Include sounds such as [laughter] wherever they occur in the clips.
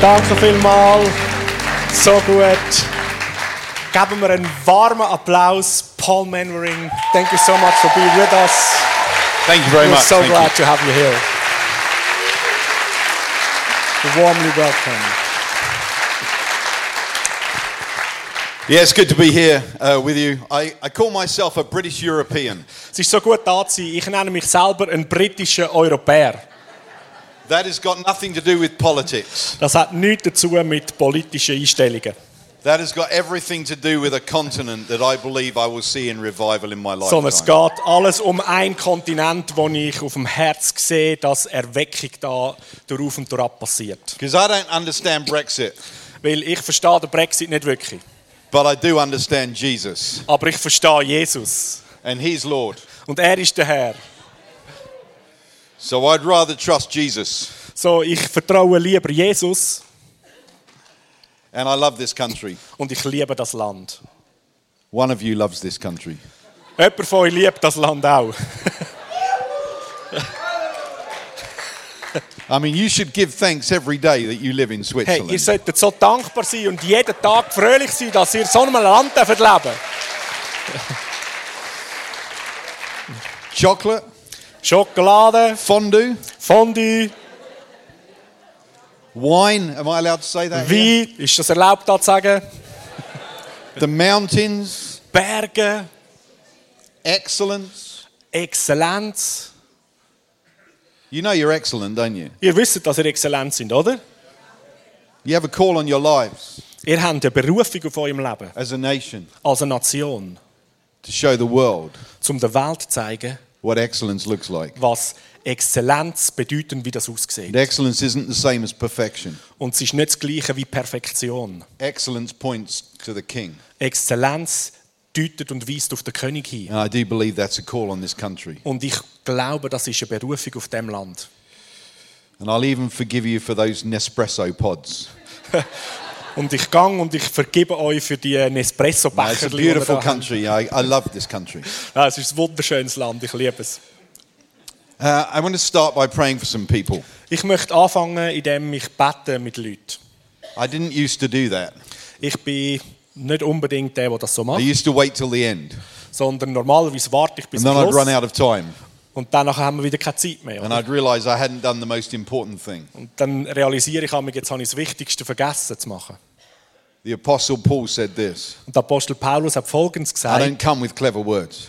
Danke so vielmals. So gut. Geben wir einen warmen Applaus, Paul Manwaring. Thank you so much for being with us. Thank you very We're much. so Thank you. glad to have you here. You're warmly welcome. Yeah, it's good to be here uh, with you. I, I call myself a British European. Es ist so gut da zu sein. Ich nenne mich selber einen britischen Europäer. That has got nothing to do with politics. Das hat nichts dazu mit politischen Einstellungen, That has got everything to do with a continent that I believe I will see in revival in my sondern es lifetime. geht alles um einen Kontinent, wo ich auf dem Herz sehe, dass Erweckung da durch und durch passiert. Because I don't understand Brexit, Weil ich verstehe den Brexit nicht wirklich. but I do understand Jesus, Aber ich verstehe Jesus. and He's Lord. Und er ist der Herr. So I'd rather trust Jesus, So, ich vertraue lieber Jesus and I love this country. und ich liebe das Land. One of you loves this country. Jemand von euch liebt das Land auch. I mean, you should give thanks every day that you live in Hey, Switzerland. ihr solltet so dankbar sein und jeden Tag fröhlich sein, dass ihr in so einem Land dürft leben Chocolate, Schokolade, fondue, Fondue, wine. Am I allowed to say that? here? Wein, ist das erlaubt da zu sagen? The mountains, Berge, excellence. Exzellenz. You know you're excellent, don't you? Ihr wisst, dass ihr exzellent sind, oder? You have a call on your lives Ihr habt eine Berufung auf eurem Leben, as a nation als eine Nation, to show the world um der Welt zu zeigen, what excellence looks like. was Exzellenz bedeutet und wie das aussieht. And excellence isn't the same as perfection. Und es ist nicht das Gleiche wie Perfektion. Excellence points to the king. Exzellenz deutet und weist auf den König hin. And I do believe that's a call on this country. Und ich glaube, das ist eine Berufung auf dem Land. And I'll even forgive you for those Nespresso pods. Und ich gang und ich vergebe euch für die Now, it's Nespresso-Becher. a beautiful country. I, I love this country. Ja, es ist ein wunderschönes Land, ich liebe es. Uh, I want to start by praying for some people. Ich möchte anfangen, indem ich bete mit Leuten. I didn't used to do that. Ich bin nicht unbedingt der, der das so I macht, used to wait till the end. sondern normalerweise warte ich bis And then I'd zum run Schluss out of time. und danach haben wir wieder keine Zeit mehr. And Oder? I'd realize I hadn't done the most important thing. Und dann realisiere ich, manchmal, jetzt habe ich das Wichtigste vergessen zu machen. The Apostle Paul said this Und der Apostel Paulus hat Folgendes I gesagt, don't come with clever words,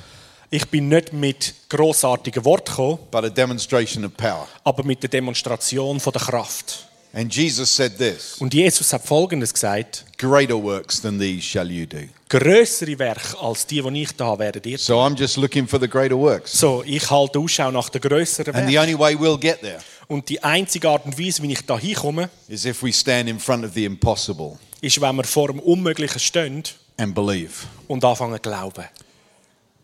ich bin nicht mit grossartigen Worten gekommen, but a demonstration of power. aber mit der Demonstration von der Kraft. And Jesus said this Und Jesus hat Folgendes gesagt, Greater works than these shall you do. größere Werke als die, die ich da habe, werdet ihr. So I'm just looking for the greater works. So, ich halte Ausschau nach den größeren And the Werken. only way we'll get there Und die einzige Art und Weise, wie ich da hinkomme, is if we stand in front of the impossible ist, wenn wir vor dem Unmöglichen stehen and believe. und anfangen zu glauben.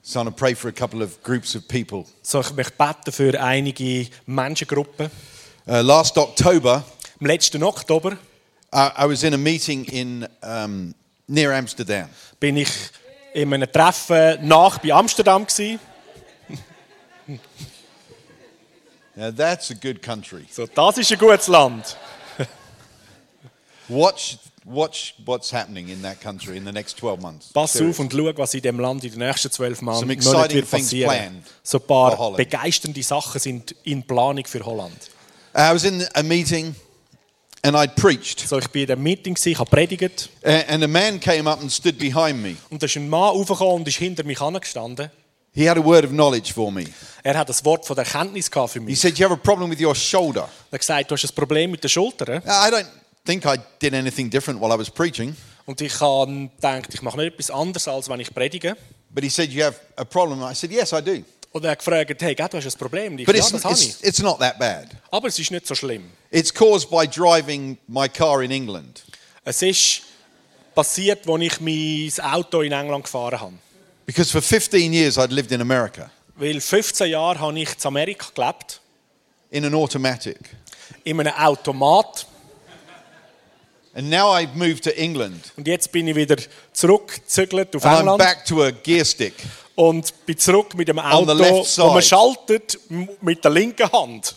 So I'm going to pray for a couple of groups of people. So, ich möchte beten für einige Menschengruppen. Uh, last October, Im letzten Oktober I, I was in a meeting in um, near Amsterdam, bin ich in einem Treffen nach bei Amsterdam gsi. Now that's a good country. So, das ist ein gutes Land. Watch, watch what's happening in that country in the next 12 months. Pass auf Seriously. und schau, was in dem Land in den nächsten zwölf Some Monaten exciting noch nicht wird things passieren. planned So ein for paar Holland. begeisternde Sachen sind in Planung für Holland. I was in a meeting and I'd preached, So, ich bin in einem Meeting gsi, ich habe predigt a- and a man came up and stood behind me. und da ist ein Mann aufgekommen und ist hinter mich angestanden. He had a word of knowledge for me. Er hat das Wort von der Erkenntnis gehabt für He mich. said, You have a problem with your shoulder. Er hat gesagt, du hast ein Problem mit den Schultern. Now, I don't think I did anything different while I was preaching, Und ich habe gedacht, ich mache nicht etwas anderes, als wenn ich predige. but he said, You have a problem. I said, Yes, I do. Und er hat gefragt, hey, gell, du hast ein Problem. Und Ich, But ja, it's, das habe ich. it's, it's not that bad. Aber es ist nicht so schlimm. It's caused by driving my car in England. Es ist passiert, als ich mein Auto in England gefahren habe. Because for 15 years I'd lived in America Weil 15 Jahre habe ich in Amerika gelebt, in an automatic. in einem Automat. And now I've moved to England. Und jetzt bin ich wieder zurückgezügelt auf And I'm England back to a gear stick. und bin zurück mit dem On the Auto, left wo man side. schaltet m- mit der linken Hand.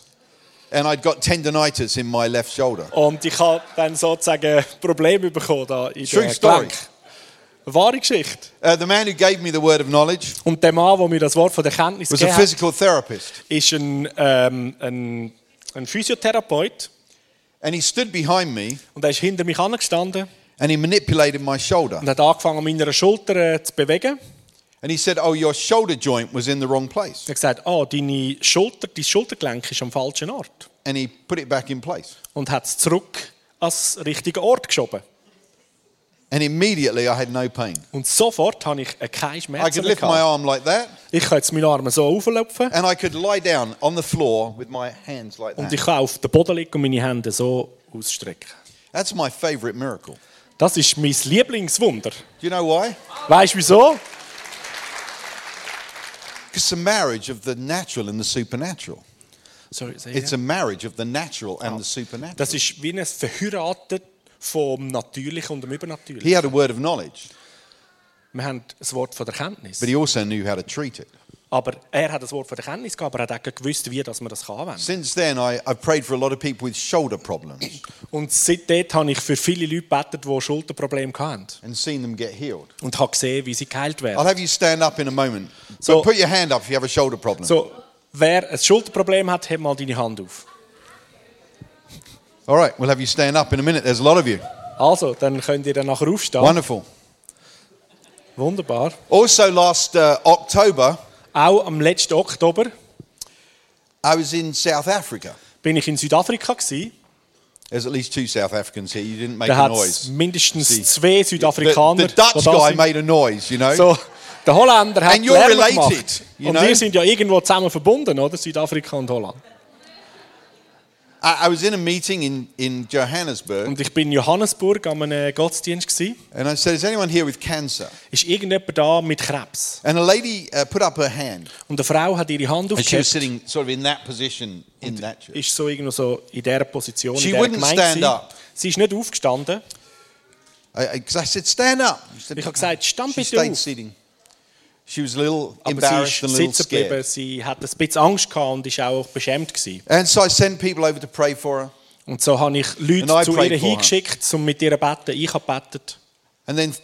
and I'd got tendonitis in my left shoulder. Und ich habe dann sozusagen [laughs] Probleme bekommen da in True der story. Gelenk. Eine wahre Geschichte. Uh, the man who gave me the word of knowledge Und der Mann, der mir das Wort von der Kenntnis was a gegeben hat, physical therapist, ist ein, ähm, ein, ein Physiotherapeut. and he stood behind me Und er ist hinter mich angestanden and he manipulated my shoulder. und hat angefangen, meine Schulter äh, zu bewegen. And he said, "Oh, your shoulder joint was in the wrong place," Er hat gesagt, ah, deine Schulter, dein Schultergelenk ist am falschen Ort. and he put it back in place. Und hat es zurück ans richtige Ort geschoben. And immediately, I had no pain. Und sofort habe ich äh, keine I Schmerzen could mehr. lift my gehabt. arm like that, Ich kann jetzt meine Arme so auflaufen and I could lie down on the floor with my hands like und ich that. kann auf den Boden liegen und meine Hände so ausstrecken. That's my favorite miracle. Das ist mein Lieblingswunder. Do you know why? Weißt du wieso? It's a marriage of the natural and the supernatural. Sorry, say It's again. a marriage of the natural and the supernatural. das ist wie ein Verheiratet vom Natürlichen und dem Übernatürlichen. He had a word of knowledge, Wir haben das Wort von der Kenntnis. but he also knew how to treat it. Aber er hat das Wort von der Kenntnis gehabt, aber er hat auch gewusst, wie dass man das kann anwenden Since then, I, I've prayed for a lot of people with shoulder problems Und seitdem habe ich für viele Leute gebetet, die Schulterprobleme hatten. and seen them get healed. Und habe gesehen, wie sie geheilt werden. I'll have you stand up in a moment. So- So put your hand up if you have a shoulder problem. So, wer ein Schulterproblem hat, heb mal deine Hand auf. All right, we'll have you stand up in a minute. There's a lot of you. Also, dann könnt ihr dann nachher aufstehen. Wonderful. Wunderbar. Also, last uh, October, Auch am letzten Oktober I was in South Africa. bin ich in Südafrika. Gewesen. There's at least two South Africans here. You didn't make Da a hat es noise. mindestens Sie- zwei The, Südafrikaner. the Dutch da guy sind. made a noise, you know. so, der Holländer hat And you're Lärm related, gemacht. you und know? wir sind ja irgendwo zusammen verbunden, oder? Südafrika und Holland. I, I was in a meeting in, in Johannesburg, Und ich bin in Johannesburg an einem Gottesdienst. Gewesen. and I said, Is anyone here with cancer? Ist irgendjemand da mit Krebs? And a lady uh, put up her hand, Und eine Frau hat ihre Hand and she aufgehoben. was sitting sort of in that position in that church. Ist so irgendwo so in dieser Position, She in dieser wouldn't Gemeinde. stand gewesen. up. Sie ist nicht aufgestanden. Because I, said, Stand up. She said, Ich habe gesagt, stand she bitte stayed auf. sitting. She was a little Aber embarrassed sie and ist a little sitzen geblieben, scared. sie hat ein bisschen Angst gehabt und war auch beschämt. Gewesen. And so I sent people over to pray for her. Und so habe ich And Leute I zu prayed ihr for her. hingeschickt, um mit ihr zu beten. Ich habe gebetet. And then th-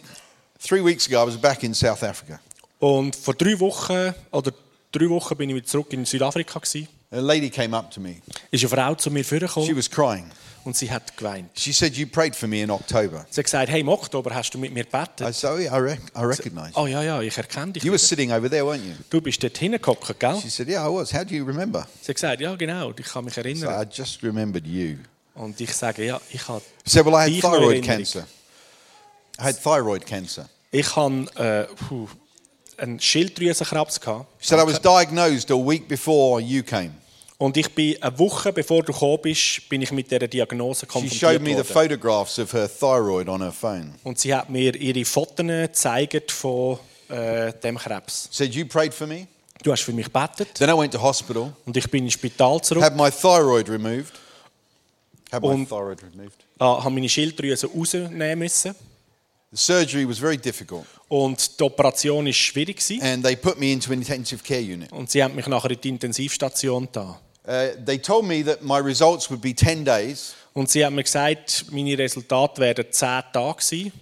three weeks ago, I was back in South Africa. Und vor drei Wochen, oder drei Wochen bin ich wieder zurück in Südafrika. Gewesen. A lady came up to me. Ist eine Frau zu mir She vorgekommen was crying. und sie hat geweint. She said, You prayed for me in October. Sie hat gesagt, hey, im Oktober hast du mit mir I gebetet. said, Oh, yeah, I, rec- I recognize you. Oh ja, ja, ich erkenne dich. You were wieder. sitting over there, weren't you? Du bist dort hingekommen, gell? She said, Yeah, I was. How do you remember? Sie hat gesagt, ja genau, ich kann mich I, erinnern. said, I just remembered you. Und ich sage, ja, ich habe She said, Well, I Dich had noch thyroid Erinnerung. cancer. I had thyroid cancer. ich habe, äh, puh, einen Schilddrüsenkrebs gehabt. She said, I was diagnosed a week before you came. Und ich bin eine Woche bevor du gekommen bist, bin ich mit dieser Diagnose She showed konfrontiert me the worden. photographs of her thyroid on her phone. Und sie hat mir ihre Fotos gezeigt von äh, dem Krebs. Said, You prayed for me. Du hast für mich gebetet Then I went to hospital, und ich bin ins Spital zurück, had my thyroid removed. Had my Und- thyroid removed. äh, habe meine Schilddrüse rausnehmen müssen. The surgery was very difficult, Und die Operation war schwierig. Gewesen. and they put me into an intensive care unit. Und sie haben mich nachher in die Intensivstation da. Uh, they told me that my results would be 10 days, Und sie haben mir gesagt, meine Resultate werden 10 Tage sein.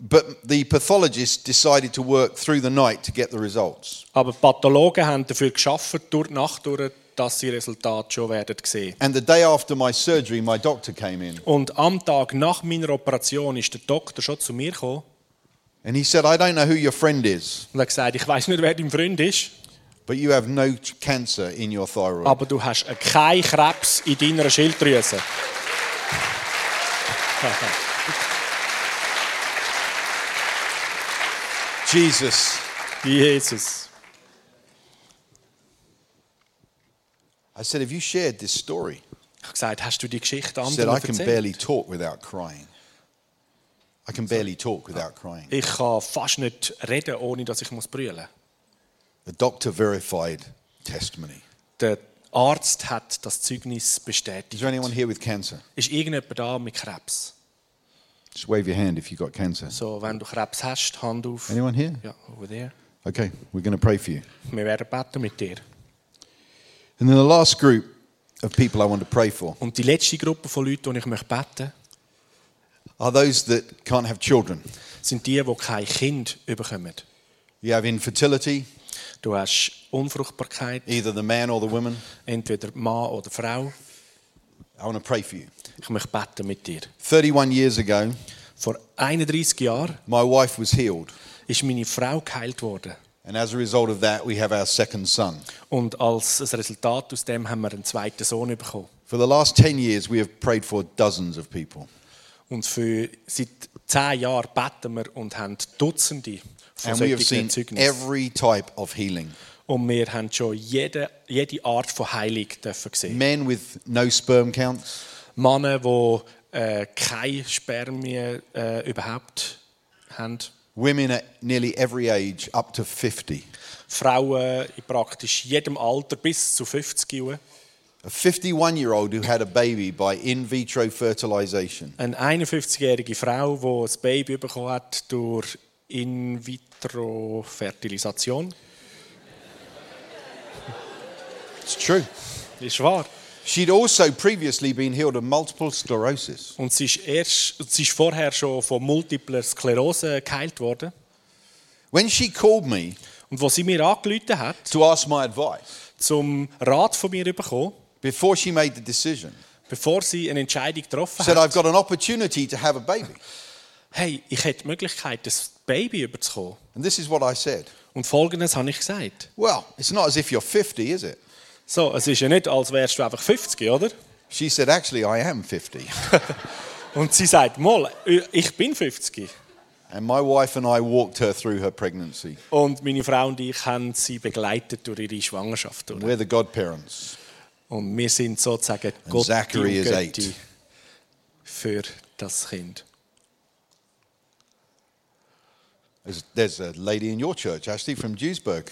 but the pathologist decided to work through the night to get the results. Aber die Pathologen haben dafür geschafft, durch die Nacht durch, dass sie Resultate schon werden sehen. And the day after my surgery, my doctor came in, Und am Tag nach meiner Operation ist der Doktor schon zu mir gekommen and he said, I don't know who your friend is, und hat gesagt, ich weiß nicht, wer dein Freund ist, but you have no t- cancer in your thyroid. aber du hast keinen Krebs in deiner Schilddrüse. Jesus. Jesus. I said, Have you shared this story? Ich habe gesagt, hast du die Geschichte She said, anderen I can erzählt? barely talk without crying. I can barely talk without crying. Ich kann fast nicht reden, ohne dass ich muss brüllen muss. The doctor verified testimony. Der Arzt hat das Zeugnis Is bestätigt. there anyone here with cancer? Ist irgendjemand da mit Krebs? Just wave your hand if you've got cancer. So, wenn du Krebs hast, Hand auf. Anyone here? Ja, over there. Okay, we're going to pray for you. Wir werden beten mit dir. And then the last group, of people I want to pray for Und die letzte Gruppe von Leuten, die ich möchte beten are those that can't have children. sind die, die kein Kind bekommen. You have infertility, Du hast Unfruchtbarkeit, either the man or the woman. entweder Mann oder Frau. I want to pray for you. Ich möchte beten mit dir. 31 years ago, Vor 31 Jahren my wife was healed. ist meine Frau geheilt worden. And as a result of that, we have our second son. Und als ein Resultat aus dem haben wir einen zweiten Sohn bekommen. For the last 10 years, we have prayed for dozens of people. Und für seit zehn Jahren beten wir und haben Dutzende von And we have solchen seen Zeugnissen. every type of healing. Und wir haben schon jede, jede Art von Heilung dürfen sehen. Men with no sperm counts, Männer, die äh, keine Spermien äh, überhaupt haben. women at nearly every age, up to 50. Frauen in praktisch jedem Alter bis zu 50 Jahren. A 51 year old who had a baby by in vitro fertilization. Eine 51-jährige Frau, die ein Baby bekommen hat durch In-vitro-Fertilisation. It's true. Ist wahr. She'd also previously been healed of multiple sclerosis. Und sie ist, erst, sie ist vorher schon von multipler Sklerose geheilt worden. When she called me Und wo sie mir angerufen hat, to ask my advice, zum Rat von mir bekommen, before she made the decision, bevor sie eine Entscheidung getroffen said, hat, I've got an opportunity to have a baby. hey, ich hätte die Möglichkeit, das Baby überzukommen. And this is what I said. Und Folgendes habe ich gesagt. Well, it's not as if you're 50, is it? So, es ist ja nicht, als wärst du einfach 50, oder? She said, Actually, I am 50. Und sie sagt, mal, ich bin 50. And my wife and I walked her through her pregnancy. Und meine Frau und ich haben sie begleitet durch ihre Schwangerschaft. Oder? We're the godparents. Und wir sind sozusagen And Gott Zachary und is Götti eight. für das Kind. There's, there's a lady in your church, Ashley, from Duisburg.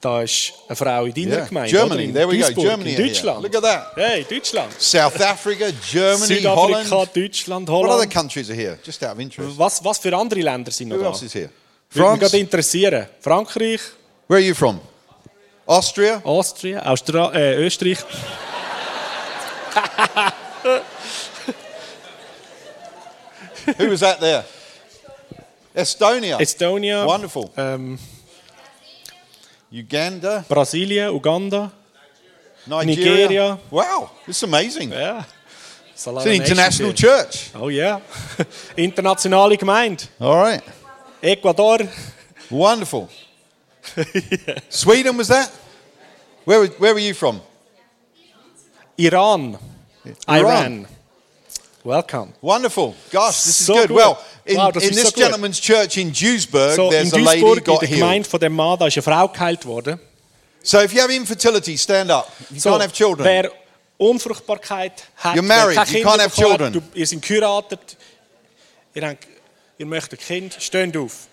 Da ist eine Frau in deiner Yeah. Gemeinde, Germany, oder? In there we go, Duisburg, Germany in here. Deutschland. Look at that. Hey, Deutschland. South Africa, Germany, Südafrika, Holland. Deutschland, What other Holland. countries are here? Just out of interest. Was, was für andere Länder sind noch Who da? else is here? Würde mich France. gerade interessieren. Frankreich, Where are you from? Austria? Austria, Austra äh, Österreich. Who was that there? Estonia. Estonia. Wonderful. Ähm, Uganda. Brasilien, Uganda. Nigeria. Nigeria. Wow, it's amazing. It's Ja. Salam an Nation international Day. church. Oh ja. [laughs] Internationale Gemeinde. All right. [laughs] Ecuador. Wonderful. Sweden was that? Where were, where were you from? Iran. Iran. Welcome. Wonderful. Gosh, this is So good. good. Well, in, Wow, das in ist this so gut. gentleman's church in Duisburg, So, in there's a lady Duisburg, in got der healed. Gemeinde von dem Mann, da ist eine Frau geheilt worden. So if you have infertility, stand up. If you So, can't have children. wer Unfruchtbarkeit hat, wer You're married, keine you Kinder can't have bekommen hat, children. du- ihr seid geheiratet, ihr, habt, ihr möchtet ein Kind, steht auf.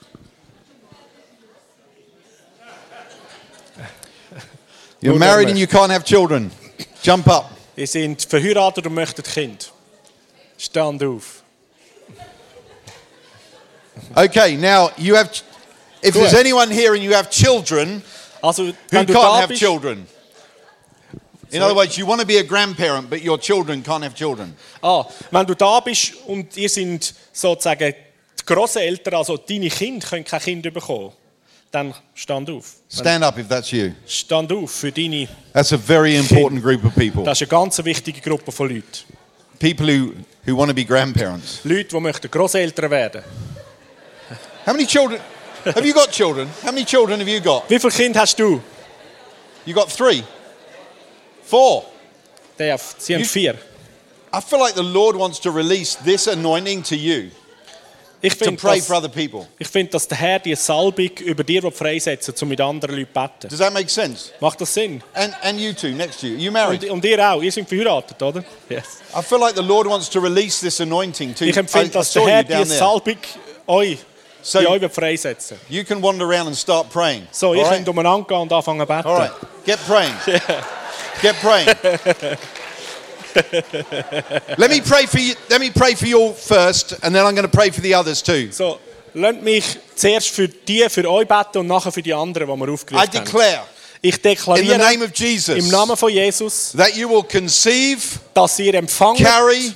You're Nur married dann and you can't have children. Jump up. Ihr seid verheiratet und möchtet ein Kind. Stand auf. Okay, now you have. ch- If Good. there's anyone here and you have children Also, who wenn du can't da have bist, children, in other words, you want to be a grandparent, but your children can't have children. ah, wenn du da bist und ihr sind sozusagen die Grosseltern, also deine Kinder können kein Kind bekommen, dann stand auf. Stand up if that's you. Stand auf für deine. That's a very important group of people. Das ist eine ganz wichtige Gruppe von Leuten. People who, who want to be grandparents. Leute, die möchten Grosseltern werden. How many children? Have you got children? How many children have you got? Wie viele Kinder hast du? You got three? Four? Der, sie haben Ich- vier. I feel like the Lord wants to release this anointing to you Ich to finde, pray for dass, other people. ich find, dass der Herr die Salbung über dir will freisetzen will, um mit anderen Leuten zu beten. Does that make sense? Macht das Sinn? And, and you two next to you. You Und, married? und ihr auch. Ihr seid verheiratet, oder? Yes. I feel like the Lord wants to release this anointing to you. Ich empfinde, I- I dass der saw Herr you die down there. Salbung euch, So- bei euch will freisetzen will. You can wander around and start praying. So, ihr All right? könnt umeinander gehen und anfangen zu beten. All right, get [laughs] praying. Get praying. let me pray for you. Let me pray for you all first, and then I'm going to pray for the others too. So, lasst mich zuerst für die, für euch beten und nachher für die anderen, die wir I aufgerufen haben. declare Ich in the deklariere name of Jesus Oh, im Namen von Jesus, that you will conceive, dass ihr empfangt carry,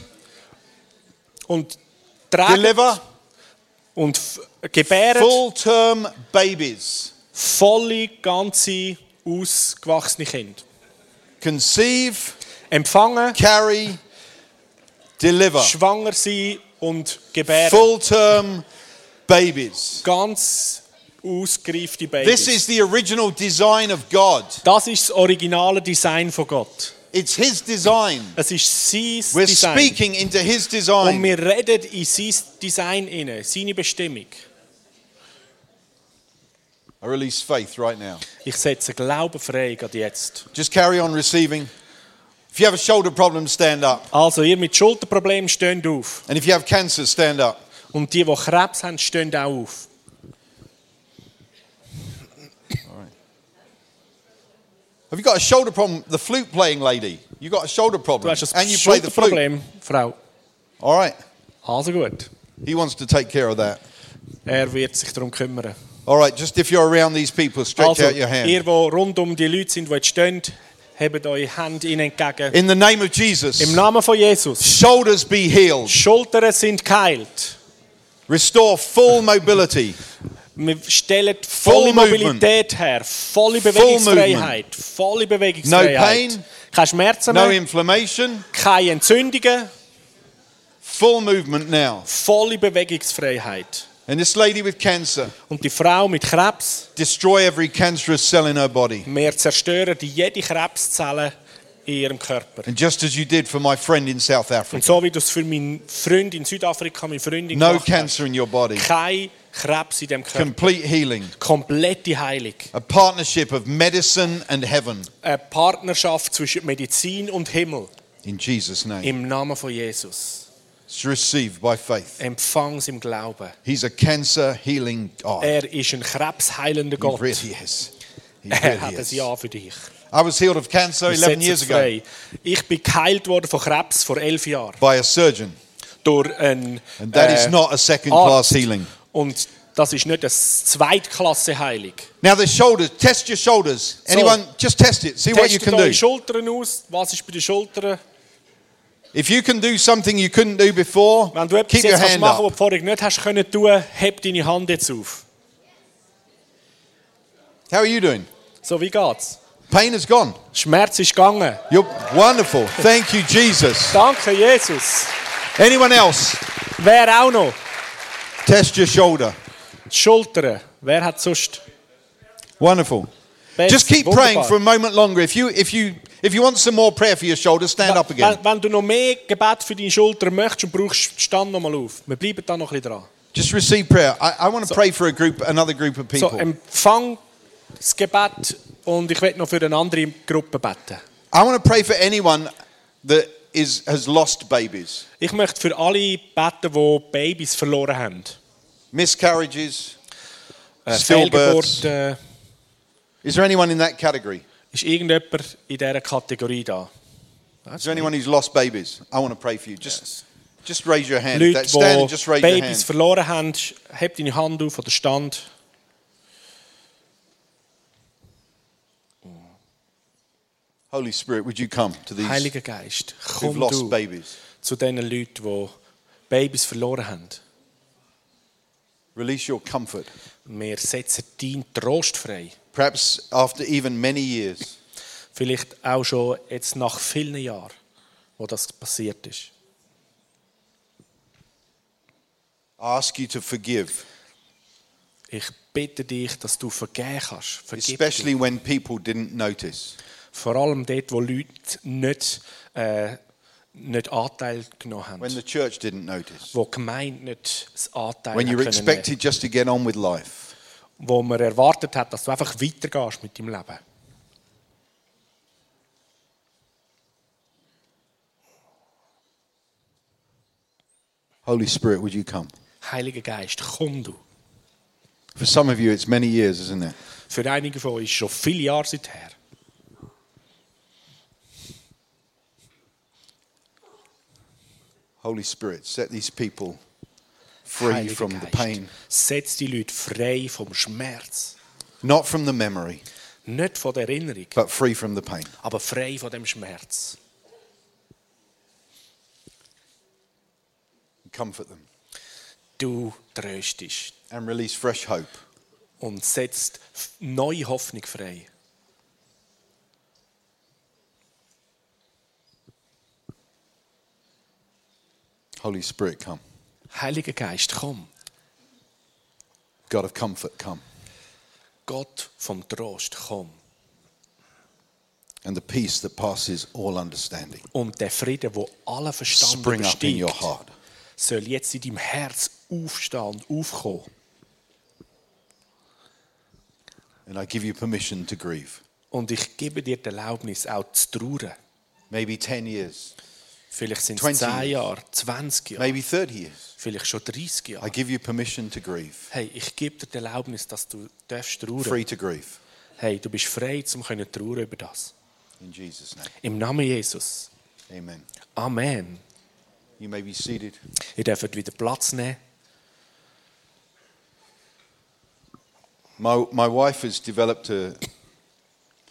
und trägt deliver und f- gebärt full term babies. volle, ganze, ausgewachsene Kinder. Conceive, Empfangen, carry, deliver schwanger sein und gebären. full term babies. Ganz ausgereifte Babys. This is the original design of God. das ist das originale Design von Gott. It's His design. Es ist sein We're Design. speaking into His Und design. wir reden in sein Design hinein, seine Bestimmung. I release faith right now. Ich setze Glauben frei gerade jetzt. Just carry on receiving. If you have a shoulder problem, stand up. Also, ihr mit Schulterproblemen steht auf. And if you have cancer, stand up. Und die, die Krebs haben, stehen auch auf. Have you got a shoulder problem? The flute playing lady. You got a shoulder Du problem. hast ein And you play the flute. Schulterproblem, Frau. All right. Also gut. He wants to take care of that. Er wird sich darum kümmern. All right. Just if you're around these people, stretch Also, out your hand. ihr, die rund um die Leute sind, die jetzt stehen, hebt eure Hände ihnen entgegen. In the name of Jesus, Im Namen von Jesus. shoulders be healed. Schultern sind geheilt. Restore full mobility. Wir stellen volle Full Mobilität her, volle Bewegungsfreiheit, volle Bewegungsfreiheit. No pain. Keine Schmerzen No mehr, inflammation. keine Entzündungen, Full movement now. volle Bewegungsfreiheit. And this lady with cancer, Und die Frau mit Krebs, destroy every cancerous cell in her body. wir zerstören die jede Krebszelle in ihrem Körper. And just as you did for my friend in South Und Africa, so wie du es für meinen Freund in Südafrika, meine Freundin no gemacht hast, cancer in your body. kein Krebs in dem Körper. Complete healing. komplette Heilung. A partnership of medicine and heaven. Eine Partnerschaft zwischen Medizin und Himmel In Jesus' name. im Namen von Jesus. It's received by faith. Empfangs im Glauben. He's a cancer healing God. Er ist ein krebsheilender He Gott. really is. [laughs] He Er really hat ein is. Ja für dich. I was healed of cancer Ich 11 setze years es ago frei. Ich bin geheilt worden von Krebs vor elf Jahren by a surgeon. durch einen And that is äh, not a second Arzt. class healing. Und das ist nicht eine Zweitklasse-Heilung. Now the shoulders, test your shoulders. Anyone, just test it. See what you Testet can eure do. Schultern aus. Was ist bei den Schultern? If you can do something you couldn't do before, Wenn du etwas keep your jetzt kannst hand machen was du up. vorher nicht hast können tun, heb deine Hand jetzt auf. How are you doing? So, wie geht's? Pain is gone. Schmerz ist gegangen. You're wonderful. Thank you, Jesus. Danke, Jesus. Anyone else? Wer auch noch? Test your shoulder. Die Schultern. Wer hat sonst? Wonderful. Best. Just keep praying Wunderbar. for a moment longer. If you if you if you want some more prayer for your shoulder, stand up again. Wenn, wenn du noch mehr Gebet für deine Schultern möchtest und brauchst, stand noch mal auf. Wir bleiben da noch ein bisschen dran. Just receive prayer. I, I want to pray for a group, another group of So, um, people. empfang das Gebet und ich werde noch für eine andere Gruppe beten. I want to pray for anyone that is has lost babies, Ich möchte für alle beten, die Babys verloren haben. miscarriages, Äh, stillbirths. Fehlgeburten. Is there anyone in that category? Ist irgendjemand in dieser Kategorie da? Is there anyone who's lost babies? I want to pray for you. Just just raise your hand. Leute, That- stand and just die raise your Babys hand. verloren haben, heb deine Hand auf oder stand. Holy Spirit, would you come to these Heiliger Geist, who've komm lost du babies? zu diesen Leuten, die Babys verloren haben. Release your comfort. Wir setzen deinen Trost frei. Perhaps after even many years. Vielleicht auch schon jetzt nach vielen Jahren, wo das passiert ist. I ask you to forgive, Ich bitte dich, dass du vergeben kannst. Vergib especially when people didn't notice. du. Vor allem dort, wo Leute nicht, äh, nicht Anteil genommen When haben. the church didn't notice. Wo die Gemeinde nicht das Anteil When hat you're können nehmen. expected just to get on with life. Wo man erwartet hat, dass du einfach weitergehst mit deinem Leben. Holy Spirit, would you come? Heiliger Geist, komm du. For some of you, it's many years, isn't it? Für einige von euch schon viele Jahre seither. Holy Spirit, set these people free Heiliger from the Geist, pain, Setz die Leute frei vom Schmerz. not from the memory, Nicht von der Erinnerung, but free from the pain. aber frei von dem Schmerz. Comfort them Du tröstest and release fresh hope. und setzt f- neue Hoffnung frei. Holy Spirit, come. Heiliger Geist, komm. God of comfort, come. Gott vom Trost, komm. And the peace that passes all understanding. Und der Friede, wo alle Verstand Spring up in your übersteigt, heart. soll jetzt in deinem Herz aufstehen und aufkommen. And I give you permission to grieve. Und ich gebe dir die Erlaubnis, auch zu trauern. Maybe 10 years, Vielleicht sind es 20 10 years. Jahre, 20 Jahre, maybe 30 years. vielleicht schon 30 Jahre. I give you permission to grieve. Hey, ich gebe dir die Erlaubnis, dass du darfst trauern. Free to grieve. Hey, du bist frei, zum können trauern über das. In Jesus' name. Im Namen Jesus. Amen. Amen. You may be seated. Ihr dürft wieder Platz nehmen. My, my wife has developed a,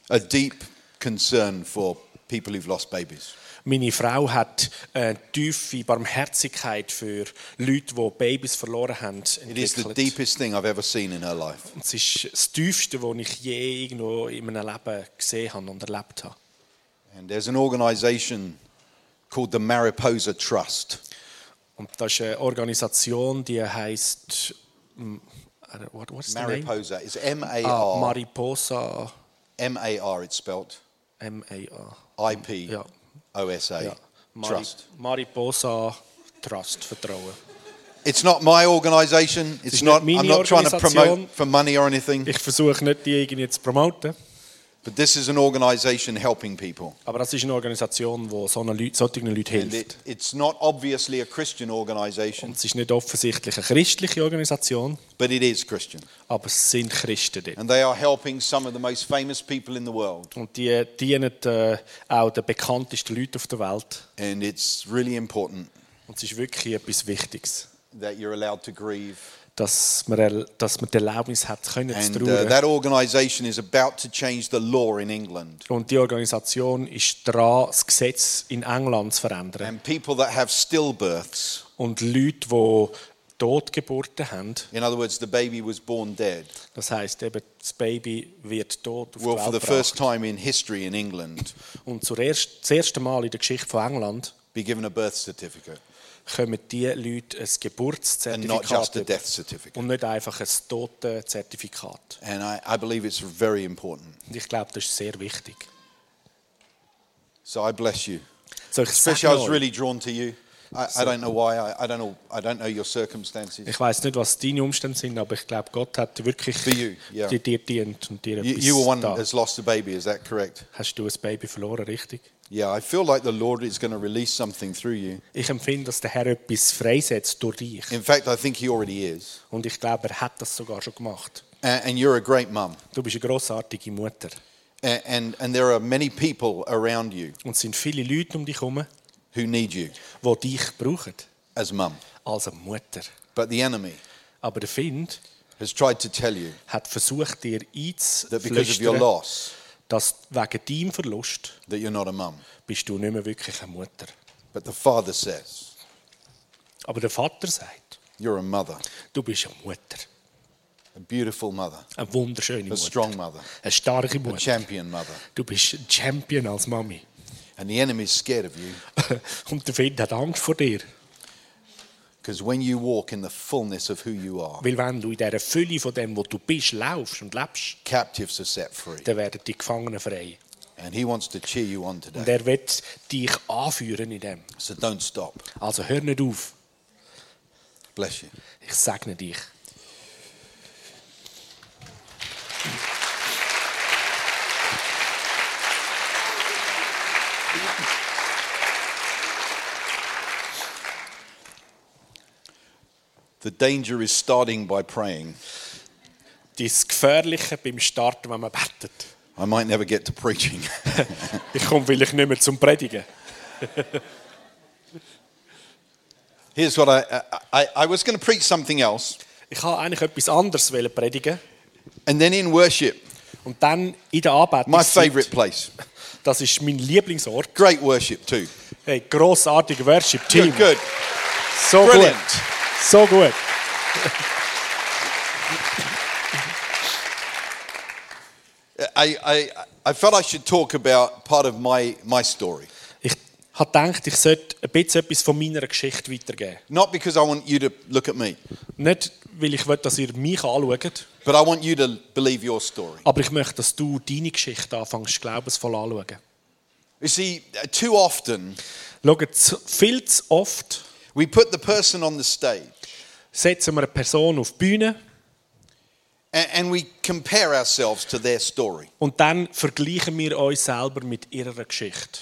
a deep concern for people who've lost babies. Meine Frau hat eine tiefe Barmherzigkeit für Leute, die Babys verloren haben, It is the entwickelt. deepest thing I've ever seen in her life. Es ist das Tiefste, was ich je irgendwo in meinem Leben gesehen habe und erlebt habe. And there's an organization called the Mariposa Trust. Und das ist eine Organisation, die heißt hm, äh, what, what's the name? Mariposa is M A Ah, R Mariposa M A R. It's spelt M A A. I P Ja, O S ja. A Mari- Trust. Mariposa Trust Vertrauen. It's not my organization. It's ist not. nicht I'm meine not trying to Organisation. promote for money or anything. Ich versuche nicht die irgendwie zu promoten, But this is an organization helping people. aber das ist eine Organisation, die so Leute, solchen Leuten And hilft. it, it's not obviously a Christian organization, Und es ist nicht offensichtlich eine christliche Organisation, but it is Christian. aber es sind Christen dort. And they are helping some of the most famous people in the world. Und die dienen äh, auch den bekanntesten Leuten auf der Welt. And it's really important Und es ist wirklich etwas Wichtiges, that you're allowed to grieve. dass man, erl- dass man die Erlaubnis hat, können zu And uh, trauern. that organization is about to change the law in England. Und die Organisation ist dran, das Gesetz in England zu verändern. And people that have stillbirths, Und Leute, die Totgeburten haben, in other words, the baby was born dead, das heißt eben, das Baby wird tot auf will for die the Welt first gebracht. time in history in England Und zum ersten Mal in der Geschichte von England be given a birth certificate kommen diese Leute ein and not Geburtszertifikat just a über. death certificate. und nicht einfach ein Totenzertifikat. And I, I believe it's very important. Und ich glaube, das ist sehr wichtig. So I bless you. So, ich, Especially, I segne was euch. really drawn to you. I, I don't know why. I, I don't know. I don't know your circumstances. ich weiß nicht, was deine Umstände sind, aber ich glaube, Gott hat wirklich For you, yeah. dir, dir dient und dir You, etwas you were one da. that's lost a baby. Is that correct? Hast du ein Baby verloren, richtig? Yeah. I feel like the Lord is going to release something through you. Ich empfinde, dass der Herr etwas freisetzt durch dich. In fact, I think He already is. Und ich glaube, er hat das sogar schon gemacht. And, and you're a great mum. Du bist eine grossartige Mutter. And, and and there are many people around you Und es sind viele Leute um dich herum, who need you die dich brauchen as mum. als eine Mutter. But the enemy Aber der Find has tried to tell you hat versucht, dir that because of your einzuflüstern, loss, dass wegen deinem Verlust that you're not a mum. bist du nicht mehr wirklich eine Mutter. But the Father says Aber der Vater sagt, you're a mother, du bist eine Mutter. a beautiful mother, Eine wunderschöne a Mutter. strong mother, Eine starke a Mutter. champion mother. Du bist ein Champion als Mami. [laughs] And the enemy's scared of you. Und der Find hat Angst vor dir. Because when you walk in the fullness of who you are, Weil wenn du in dieser Fülle von dem, wo du bist, laufst und lebst, captives are set free. dann werden die Gefangenen frei. And he wants to cheer you on Und today. er wird dich anführen in dem. So don't stop. Also hör nicht auf. Bless you. Ich segne dich. The danger is starting by praying. Das Gefährliche beim Starten, wenn man betet. I might never get to preaching. [laughs] Ich komme vielleicht nicht mehr zum Predigen. Here's what I, I, I was going to preach something else. Ich wollte eigentlich etwas anderes predigen. And then in worship, Und dann in der My Anbetung, favorite place. das ist mein Lieblingsort. Great worship, too. Hey, grossartiger Worship-Team. Good, good. So Brilliant. gut. So gut. I, I, I felt I should talk about part of my, my story. Ich habe gedacht, ich sollte ein bisschen etwas von meiner Geschichte weitergeben. Not because I want you to look at me, Nicht, weil ich will, dass ihr mich anschaut, but I want you to believe your story. aber ich möchte, dass du deine Geschichte anfängst, glaubensvoll anzuschauen. You see, uh, too often Schaut, zu- viel zu oft we put the person on the stage setzen wir eine Person auf die Bühne and, and we compare ourselves to their story. und dann vergleichen wir uns selber mit ihrer Geschichte.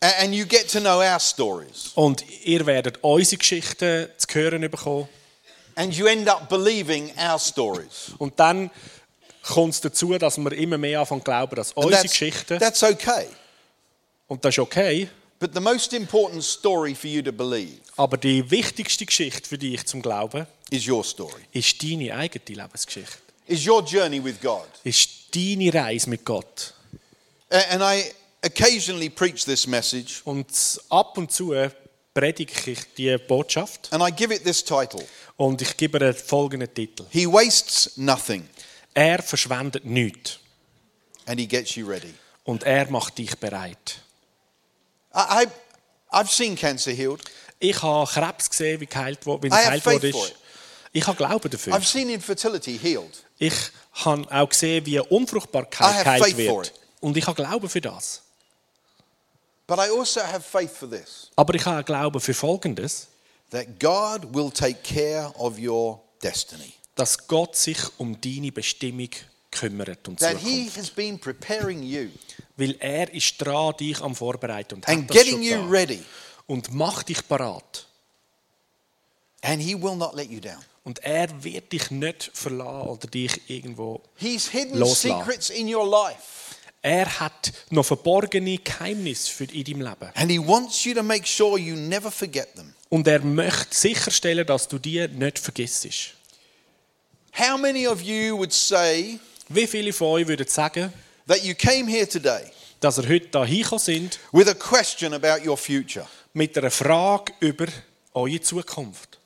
And, and you get to know our stories. Und ihr werdet unsere Geschichten zu hören bekommen. And you end up believing our stories. Und dann kommt es dazu, dass wir immer mehr anfangen zu glauben, dass And unsere that's, Geschichten, that's okay. und das ist okay, But the most important story for you to believe aber die wichtigste Geschichte für dich zum Glauben is your story, ist deine eigene Lebensgeschichte. is your journey with God. Ist deine Reise mit Gott. A- And I occasionally preach this message, Und ab und zu predige ich diese Botschaft and I give it this title und ich gebe ihr folgenden Titel. He wastes nothing, Er verschwendet nichts. and He gets you ready. Und er macht dich bereit. I, I, I've seen cancer healed, Ich habe Krebs gesehen, wie geheilt wo- wie es I have geheilt faith wurde. for ist. it. Ich habe Glauben dafür. I've seen infertility healed. Ich habe auch gesehen, wie I have Unfruchtbarkeit faith geheilt for wird. it. Und ich habe Glauben für das. But I also have faith for this Aber ich habe auch Glauben für Folgendes, that God will take care of your destiny, dass Gott sich um deine Bestimmung kümmert und that sucht. He has been preparing you Weil er ist dran, dich am Vorbereiten und and hat das getting schon you getan. ready, und macht dich parat. and He will not let you down. Und er wird dich nicht verlassen oder dich irgendwo. He's hidden Loslassen. secrets in your life, Er hat noch verborgene Geheimnisse für in deinem Leben. and He wants you to make sure you never forget them. Und er möchte sicherstellen, dass du die nicht vergisst. How many of you would say Wie viele von euch würden sagen, that you came here today dass ihr heute hierher gekommen sind with a question about your future? mit einer Frage über eure Zukunft?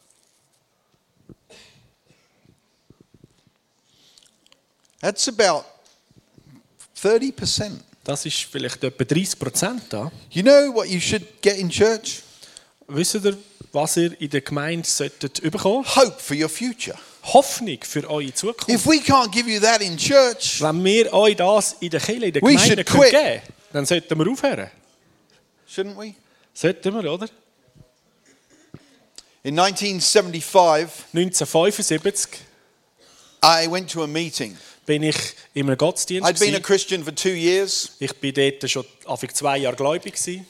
That's about 30%. Das ist vielleicht etwa 30 Prozent da. You know what you should get in church? Wisst ihr, was ihr in der Gemeinde solltet bekommen? Hope for your future. Hoffnung für eure Zukunft. If we can't give you that in church, Wenn wir euch das in der Kirche, in der We Gemeinde should können quit. geben dann sollten wir aufhören. shouldn't we? Sollten wir, oder? In 1975, 1975 I went to a meeting. bin ich in einem Gottesdienst. I'd been a gewesen. Christian for two years, ich bin dort schon Anfang zwei Jahre gläubig gewesen.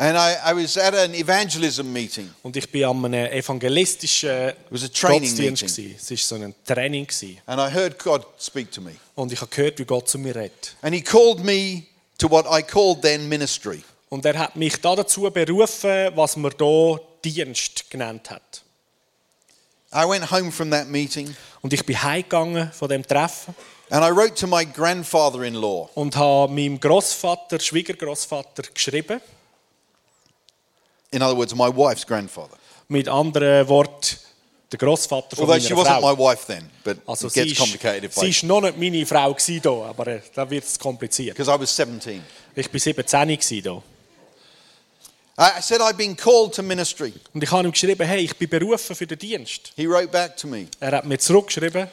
and I, I was at an evangelism meeting. und ich bin an einem evangelistischen was a training Gottesdienst meeting. gewesen. Es ist so ein Training gewesen. And I heard God speak to me. und ich habe gehört, wie Gott zu mir redet. And He called me to what I called then ministry. Und er hat mich da dazu berufen, was man hier Dienst genannt hat. I went home from that meeting. Und ich bin heimgegangen von dem Treffen And I wrote to my grandfather in law, und habe meinem Großvater, Schwiegergroßvater geschrieben. in other words, my wife's grandfather. Mit anderen Worten, der Großvater von Although meiner she wasn't my Frau. wife then, but Also it sie gets ist, complicated if sie I. ist noch nicht meine Frau gewesen hier, aber äh, da wird es kompliziert. Because I was 17. Ich war 17 gewesen hier. I I said, I've been called to ministry. Und ich habe ihm geschrieben, hey, ich bin berufen für den Dienst. He wrote back to me. Er hat mir zurückgeschrieben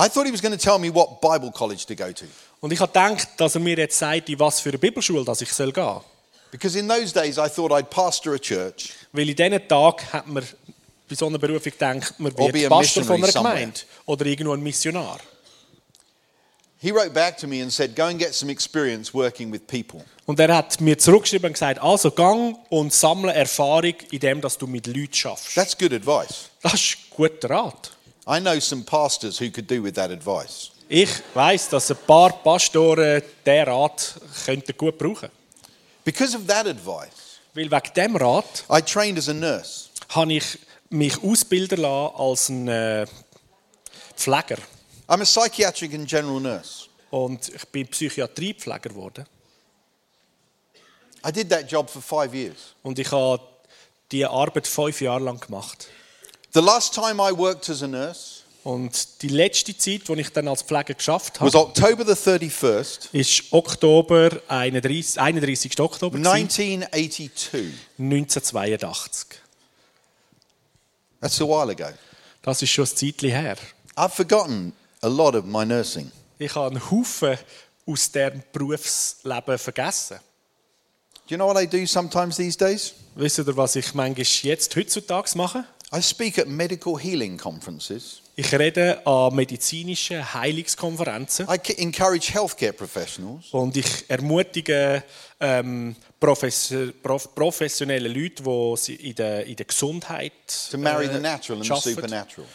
I thought he was going to tell me what Bible college to go to. und ich habe gedacht, dass er mir jetzt sagt, in was für eine Bibelschule dass ich soll gehen soll. Because in those days, I thought I'd pastor a church Weil in diesen Tag hat man bei so einer Berufung gedacht, man Or be wird a Pastor von einer missionary somewhere. Gemeinde oder irgendwo ein Missionar. He wrote back to me and said, Go and get some experience working with people. Und er hat mir zurückgeschrieben und gesagt, also gang und sammle Erfahrung in dem, dass du mit Leuten schaffst. That's good advice. Das ist guter Rat. I know some pastors who could do with that advice. Ich weiß, dass ein paar Pastoren diesen Rat könnten gut brauchen Because of that advice, Weil wegen diesem Rat I trained as a nurse. habe ich mich ausbilden lassen als ein äh, Pfleger. I'm a psychiatric and general nurse. und ich bin Psychiatriepfleger geworden. I did that job for five years. Und ich habe diese Arbeit fünf Jahre lang gemacht. The last time I worked as a nurse Und die letzte Zeit, die ich dann als Pfleger geschafft was habe, October the 31st, ist Oktober 31. 31. Oktober gewesen, 1982. 1982. That's a while ago. Das ist schon ein Zeitchen her. I've forgotten a lot of my nursing. Ich habe einen Haufen aus diesem Berufsleben vergessen. Do you know what I do sometimes these days? Wisst ihr, was ich manchmal jetzt heutzutage mache? I speak at medical healing conferences. Ich rede an medizinischen Heilungskonferenzen I c- encourage healthcare professionals und ich ermutige ähm, Professor, prof, professionelle Leute, die sie in der, in der Gesundheit to marry äh, the natural and the arbeiten. supernatural.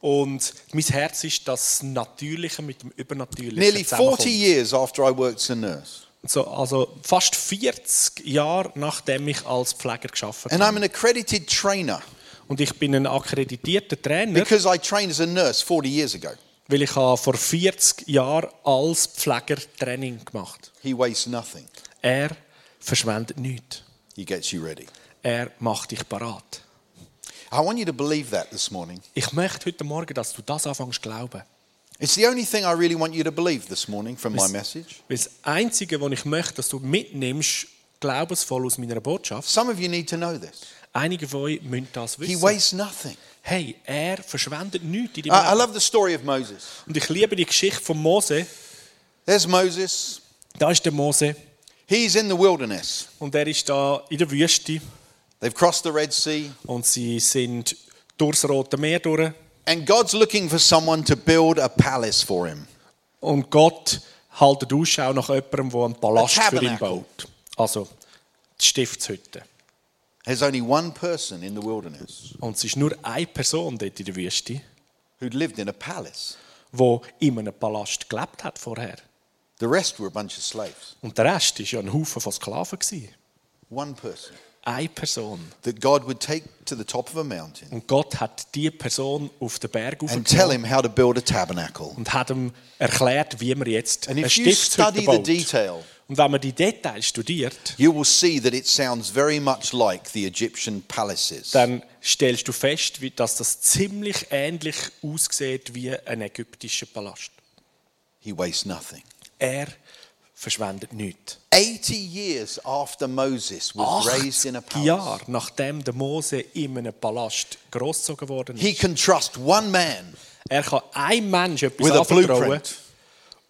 Und mein Herz ist das Natürliche mit dem Übernatürlichen. Nearly 40 zusammenkommt. years after I worked as a nurse, So, also fast 40 Jahre nachdem ich als Pfleger geschafft and I'm habe. an accredited trainer Und ich bin ein akkreditierter Trainer, because I trained as a nurse 40 years ago. weil ich habe vor 40 Jahren als Pfleger Training gemacht. He wastes nothing. Er verschwendet nichts. He gets you ready. Er macht dich parat. I want you to believe that this morning. Ich möchte heute Morgen, dass du das anfängst zu glauben. It's the only thing I really want you to believe this morning from my message. Weil das Einzige, was ich möchte, dass du mitnimmst, glaubensvoll aus meiner Botschaft, Some of you need to know this. einige von euch müssen das He wissen. wastes nothing. Hey, er verschwendet nichts in deinem I, I Leben. love the story of Moses. Und ich liebe die Geschichte von Mose. There's Moses. Da ist der Mose He's in the wilderness. und er ist da in der Wüste They've crossed the Red Sea, und sie sind durchs Rote Meer durch. and God's looking for someone to build a palace for him. Und Gott hält Ausschau nach jemandem, der einen Palast Ein für ihn Tabernakel. baut. Also die Stiftshütte. There's only one person in the wilderness Und es ist nur eine Person dort in der Wüste, who'd lived in a palace. die in einem Palast gelebt hat vorher. The rest were a bunch of slaves. Und der Rest war ja ein Haufen von Sklaven. gewesen. One person Eine Person. that God would take to the top of a mountain Und Gott hat diese Person auf den Berg and tell aufgenommen him how to build a tabernacle. und hat ihm erklärt, wie man jetzt And eine if you Stiftshütte study the baut. detail, Und wenn man die Details studiert, you will see that it sounds very much like the Egyptian palaces. dann stellst du fest, wie- dass das ziemlich ähnlich aussieht wie ein ägyptischer Palast. He wastes nothing. Er verschwendet nichts. 80 years after Moses was Ah, raised in a 80 palace, Jahre nachdem der Mose in einem Palast großgezogen worden he ist, can trust one man er kann einem Menschen etwas with a anvertrauen blueprint.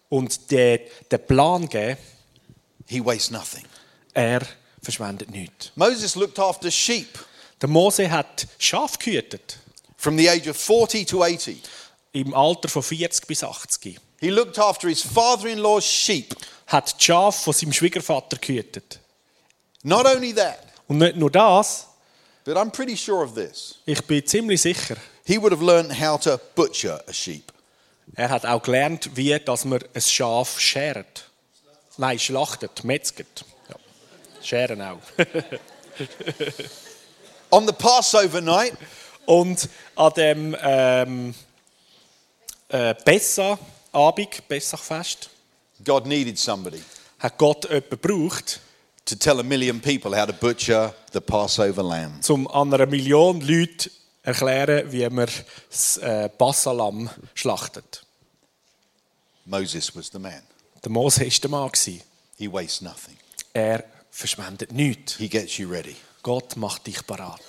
und den, den Plan geben, He wastes nothing. er verschwendet nichts. Moses looked after sheep Der Mose hat Schaf gehütet, from the age of 40 to 80. im Alter von 40 bis 80. He looked after his father in law's sheep. Hat die Schafe von seinem Schwiegervater gehütet. Not only that, Und nicht nur das, but I'm pretty sure of this. ich bin ziemlich sicher, He would have learned how to butcher a sheep. Er hat auch gelernt, wie dass man ein Schaf schert. Nein, schlachtet, metzget. Ja. Scheren auch. [laughs] On the Passover night, Und an dem ähm, äh, Pessach-Abend, Pessachfest, God needed somebody hat Gott jemanden gebraucht, to tell a million people how to butcher the Passover lamb. um an einer Million Leuten erklären, wie man das äh, Passalam schlachtet. Moses was the man. Der Mose war der Mann. gewesen. He wastes nothing. Er verschwendet nichts. He gets you ready. Gott macht dich parat.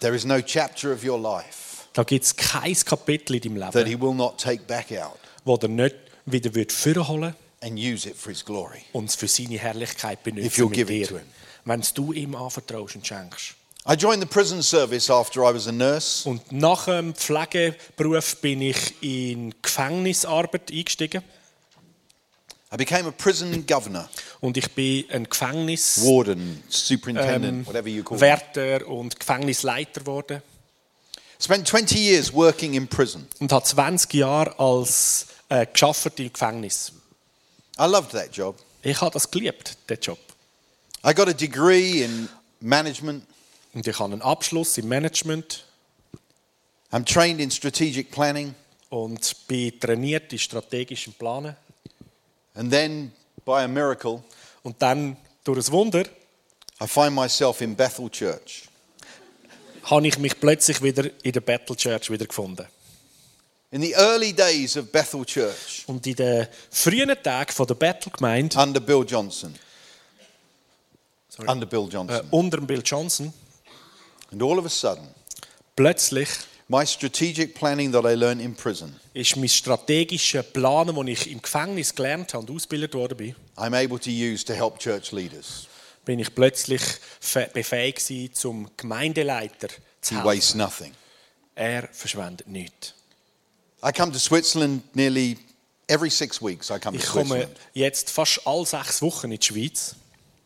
There is no chapter of your life Da gibt es kein Kapitel in deinem Leben. that he will not take back out wo er nicht wieder wird vorholen and use it for his glory. und es für seine Herrlichkeit If benutzen you'll mit give it to dir, him. wenn es du ihm anvertraust und schenkst. I joined the prison service after I was a nurse. Und nach dem Pflegeberuf bin ich in Gefängnisarbeit eingestiegen I became a prison governor, und ich bin ein Gefängniswärter warden, Um, superintendent, whatever you call it. und Gefängnisleiter geworden Spent 20 years working in prison. und habe 20 Jahre als äh, geschafft im Gefängnis. I loved that job. Ich habe das geliebt, den Job. I got a degree in management. Und ich habe einen Abschluss im Management I'm trained in strategic planning. und bin trainiert in strategischen Planen. And then, by a miracle, Und dann, durch ein Wunder, I find myself in Bethel Church. habe ich mich plötzlich wieder in der Battle Church wiedergefunden. In the early days of Bethel Church, Und in den frühen Tagen von der Battle-Gemeinde, under Bill Johnson. Under Bill äh, Johnson. unter dem Bill Johnson, And all of a sudden, plötzlich my strategic planning that I learned in prison, ist mein strategischer Plan, den ich im Gefängnis gelernt habe und ausgebildet worden bin, I'm able to use to help church leaders. bin ich plötzlich fe- befähigt gewesen, zum Gemeindeleiter zu He helfen. wastes nothing. Er verschwendet nichts. I come to Switzerland nearly every six weeks. I come to Ich komme Switzerland jetzt fast alle sechs Wochen in die Schweiz.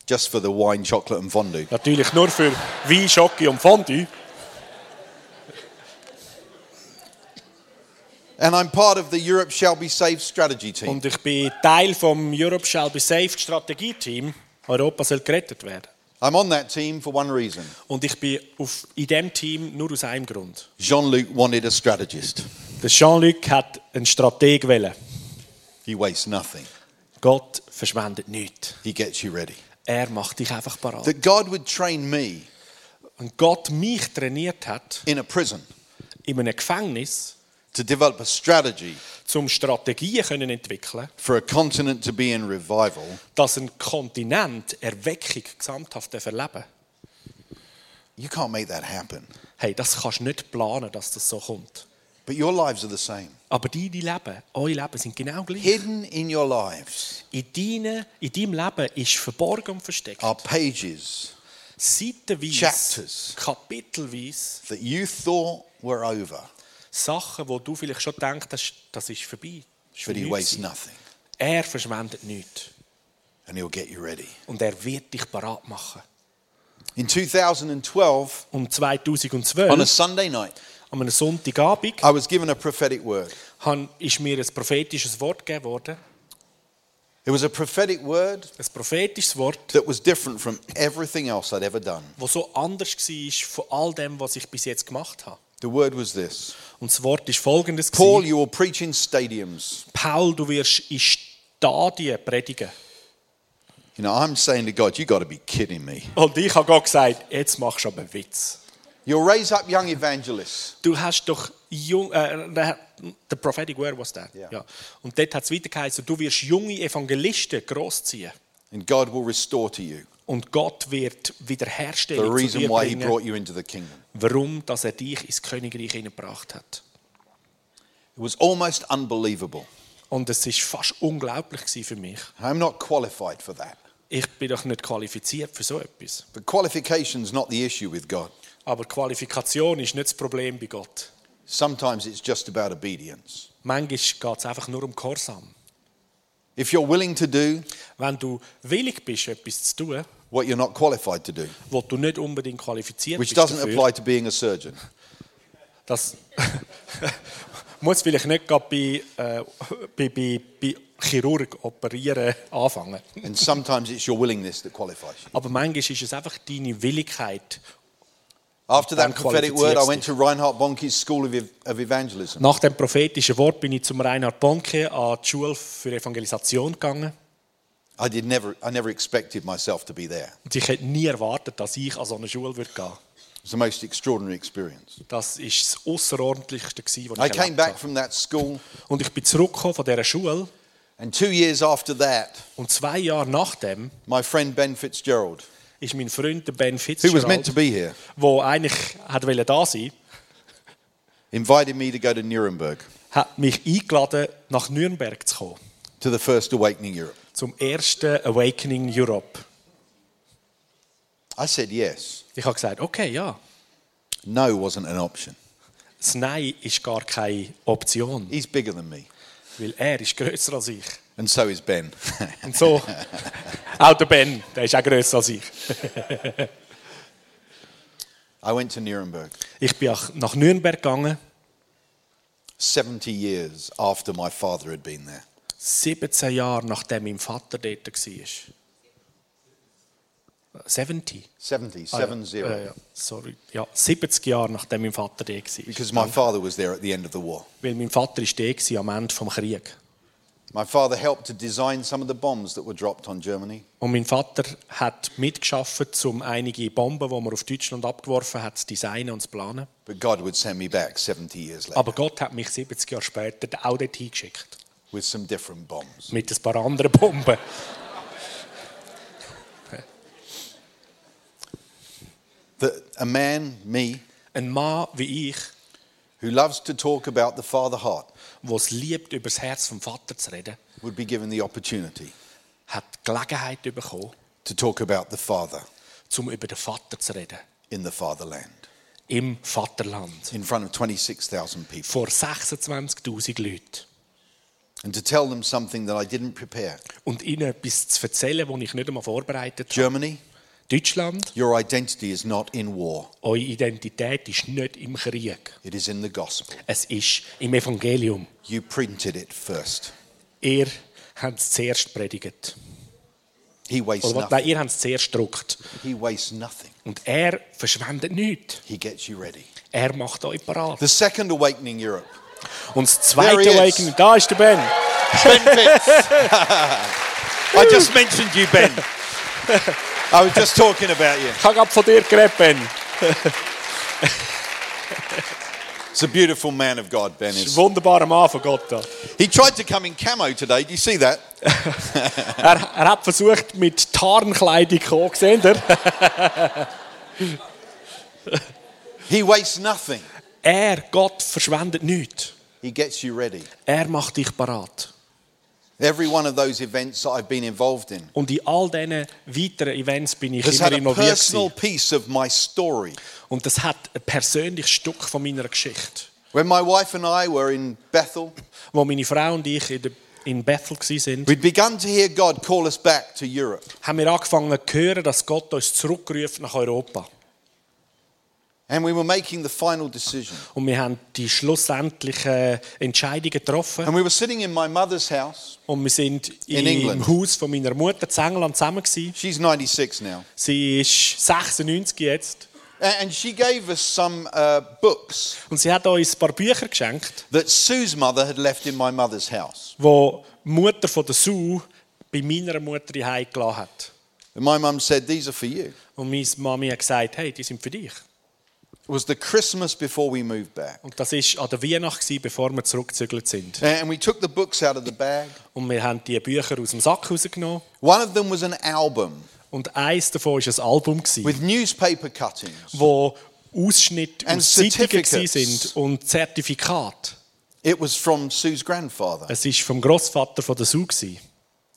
just for the wine, chocolate, and fondue. Natürlich nur für Wein, Schocke und Fondue. And I'm part of the Europe Shall Be Saved strategy team. Und ich bin Teil vom Europe Shall Be Saved Strategieteam. Europa soll gerettet werden. I'm on that team for one reason. Und ich bin auf, in diesem Team nur aus einem Grund. Jean-Luc wanted a strategist. Der Jean-Luc hat einen Strateg wählen. He wastes nothing. Gott verschwendet nichts. He gets you ready. Er macht dich einfach parat. That God would train me Und Gott mich trainiert hat, in a prison in einem Gefängnis, to develop a strategy um Strategien können entwickeln for a continent to be in revival. dass ein Kontinent Erweckung gesamthaft erleben darf. You can't make that happen. Hey, das kannst du nicht planen, dass das so kommt. But your lives are the same. Aber deine Leben, eure Leben sind genau gleich. Hidden in your lives In, deine, in deinem Leben ist verborgen und versteckt. are pages Seitenweise, Chapters. kapitelweise, that you thought were over, Sachen, wo du vielleicht schon gedacht hast, das ist vorbei. Das ist but he vorbei wastes gewesen. nothing er verschwendet nichts. and he'll get you ready. Und er wird dich parat machen. In 2012, Um on a 2012, Sunday night, an einem Sonntagabend, I was given a prophetic word. han- ist mir ein prophetisches Wort gegeben worden. It was a prophetic word Ein prophetisches Wort, that was different from everything else I'd ever done. das so anders war von all dem, was ich bis jetzt gemacht habe. The word was this Und das Wort ist folgendes. Paul, gewesen. you will preach in stadiums. Paul, du wirst in Stadien predigen. You know, I'm saying to God, you got to be kidding me. Und ich habe Gott gesagt, jetzt machst du aber einen Witz. You'll raise up young evangelists. Du hast doch jung, äh, der- der prophetic word was that. Ja. Ja. Und dort hat es weiter geheißen, du wirst junge Evangelisten großziehen. And God will restore to you Und Gott wird wiederherstellen. the zu reason dir why He bringen, brought you into the kingdom. warum dass er dich ins Königreich hineingebracht hat. It was almost unbelievable. Und es ist fast unglaublich gewesen für mich. I'm not qualified for that. Ich bin doch nicht qualifiziert für so etwas. But qualification's not the issue with God. Aber Qualifikation ist nicht das Problem bei Gott. Sometimes it's just about obedience. Manchmal geht es einfach nur um Gehorsam. If you're willing to do Wenn du willig bist, etwas zu tun, what you're not qualified to [laughs] do, wo du nicht unbedingt qualifiziert which bist doesn't dafür, apply to being a surgeon. das [laughs] muss vielleicht nicht gerade bei, äh, bei, bei, bei Chirurg operieren anfangen. And sometimes it's your willingness that qualifies you. Aber manchmal ist es einfach deine Willigkeit. After that Dann prophetic word, I qualifizierst went to Reinhard Bonnke's School of, Ev- of Evangelism. Nach dem prophetischen Wort bin ich zum Reinhard Bonke an die Schule für Evangelisation gegangen. I, did never, I never expected myself to be there. Und ich hätte nie erwartet, dass ich an so eine Schule würde gehen würde. It was the most extraordinary experience. Das war das Außerordentlichste, was ich I came erlebt back habe. from that school, Und ich bin zurückgekommen von dieser Schule. and two years after that, Und zwei Jahre nachdem my friend Ben Fitzgerald, ist mein Freund der Ben who was meant to Fitzgerald, be here, der eigentlich hat wollte da sein wollte, invited me to go to Nuremberg hat mich eingeladen, nach Nürnberg zu kommen. to the First Awakening Europe. Zum ersten Awakening Europe. I said yes. Ich habe gesagt, okay, ja. No wasn't an option. Das Nein ist gar keine Option, He's bigger than me, weil er ist grösser als ich. and so is Ben. [laughs] Und so, auch der Ben, der ist auch grösser als ich. I went to Nuremberg Ich bin auch nach Nürnberg gegangen, 70 years after my father had been there. 17 Jahre nachdem mein Vater dort war. 70? 70, Ah ja, 7 äh, ja, sorry. Ja, 70 Jahre nachdem mein Vater dort war. Because my father was there at the end of the war. Weil mein Vater war dort am Ende des Krieges. My father helped to design some of the bombs that were dropped on Germany. Und mein Vater hat mitgeschafft, um einige Bomben, die man auf Deutschland abgeworfen hat, zu designen und zu planen. But God would send me back 70 years later Aber Gott hat mich 70 Jahre später auch dorthin geschickt. with some different bombs. Mit ein paar anderen Bomben. That a man, me, Ein Mann wie ich, who loves to talk about the father heart der es liebt, über das Herz vom Vater zu reden, would be given the opportunity hat die Gelegenheit bekommen, to talk about the father um über den Vater zu reden. in the fatherland Im Vaterland. in front of 26,000 people Vor 26.000 Leuten. and to tell them something that I didn't prepare. Und ihnen etwas zu erzählen, das ich nicht einmal vorbereitet habe. Germany, Deutschland, your identity is not in war, eure Identität ist nicht im Krieg. it is in the gospel. Es ist im Evangelium. You printed it first. Ihr habt es zuerst predigt. He wastes Oder was? Nein, nothing. ihr habt es zuerst gedruckt. He wastes nothing. Und er verschwendet nichts. He gets you ready. Er macht euch parat. The second awakening Europe. Und das There zweite he is. Awakening, da ist der Ben. Ben Fitz. [laughs] I just mentioned you, Ben. I was just talking about you. Ich habe gerade von dir geredet, Ben. It's a beautiful man of God, Ben Das ist is. ein wunderbarer Mann von Gott. Da. He tried to come in camo today. Do you see that? Er, er hat versucht, mit Tarnkleidung zu kommen. Seht [laughs] ihr? He wastes nothing. Er, Gott, verschwendet nichts. He gets you ready. Er macht dich parat. Every one of those events that I've been involved in Und in all diesen weiteren Events bin ich has immer had a involviert. personal gewesen. piece of my story. Und das hat ein persönliches Stück von meiner Geschichte. When my wife and I were in Bethel, Wo meine Frau und ich in, der, in Bethel waren, we'd begun to hear God call us back to Europe. haben wir angefangen zu hören, dass Gott uns zurückruft nach Europa. And we were making the final decision. Und wir haben die schlussendlichen Entscheidungen getroffen. And we were sitting in my mother's house. Und wir sind In im England. Haus von meiner Mutter in England zusammen. Gewesen. She's 96 now. Sie ist 96 jetzt. A- And she gave us some uh, books Und sie hat uns ein paar Bücher geschenkt, that Sue's mother had left in my mother's house. wo die Mutter von der Sue bei meiner Mutter daheim gelassen hat. And my mum said, These are for you. Und meine Mami hat gesagt, hey, die sind für dich. It was the Christmas before we moved back. Und das war an der Weihnacht, gewesen, bevor wir zurückgezügelt sind. Uh, And we took the books out of the bag. Und wir haben die Bücher aus dem Sack rausgenommen. One of them was an album Und eins davon war ein Album, gewesen, with newspaper cuttings. wo Ausschnitte And aus Zeitungen certificates. gewesen sind und Zertifikat. It was from Sue's grandfather. Es war vom Großvater von der Sue. gewesen.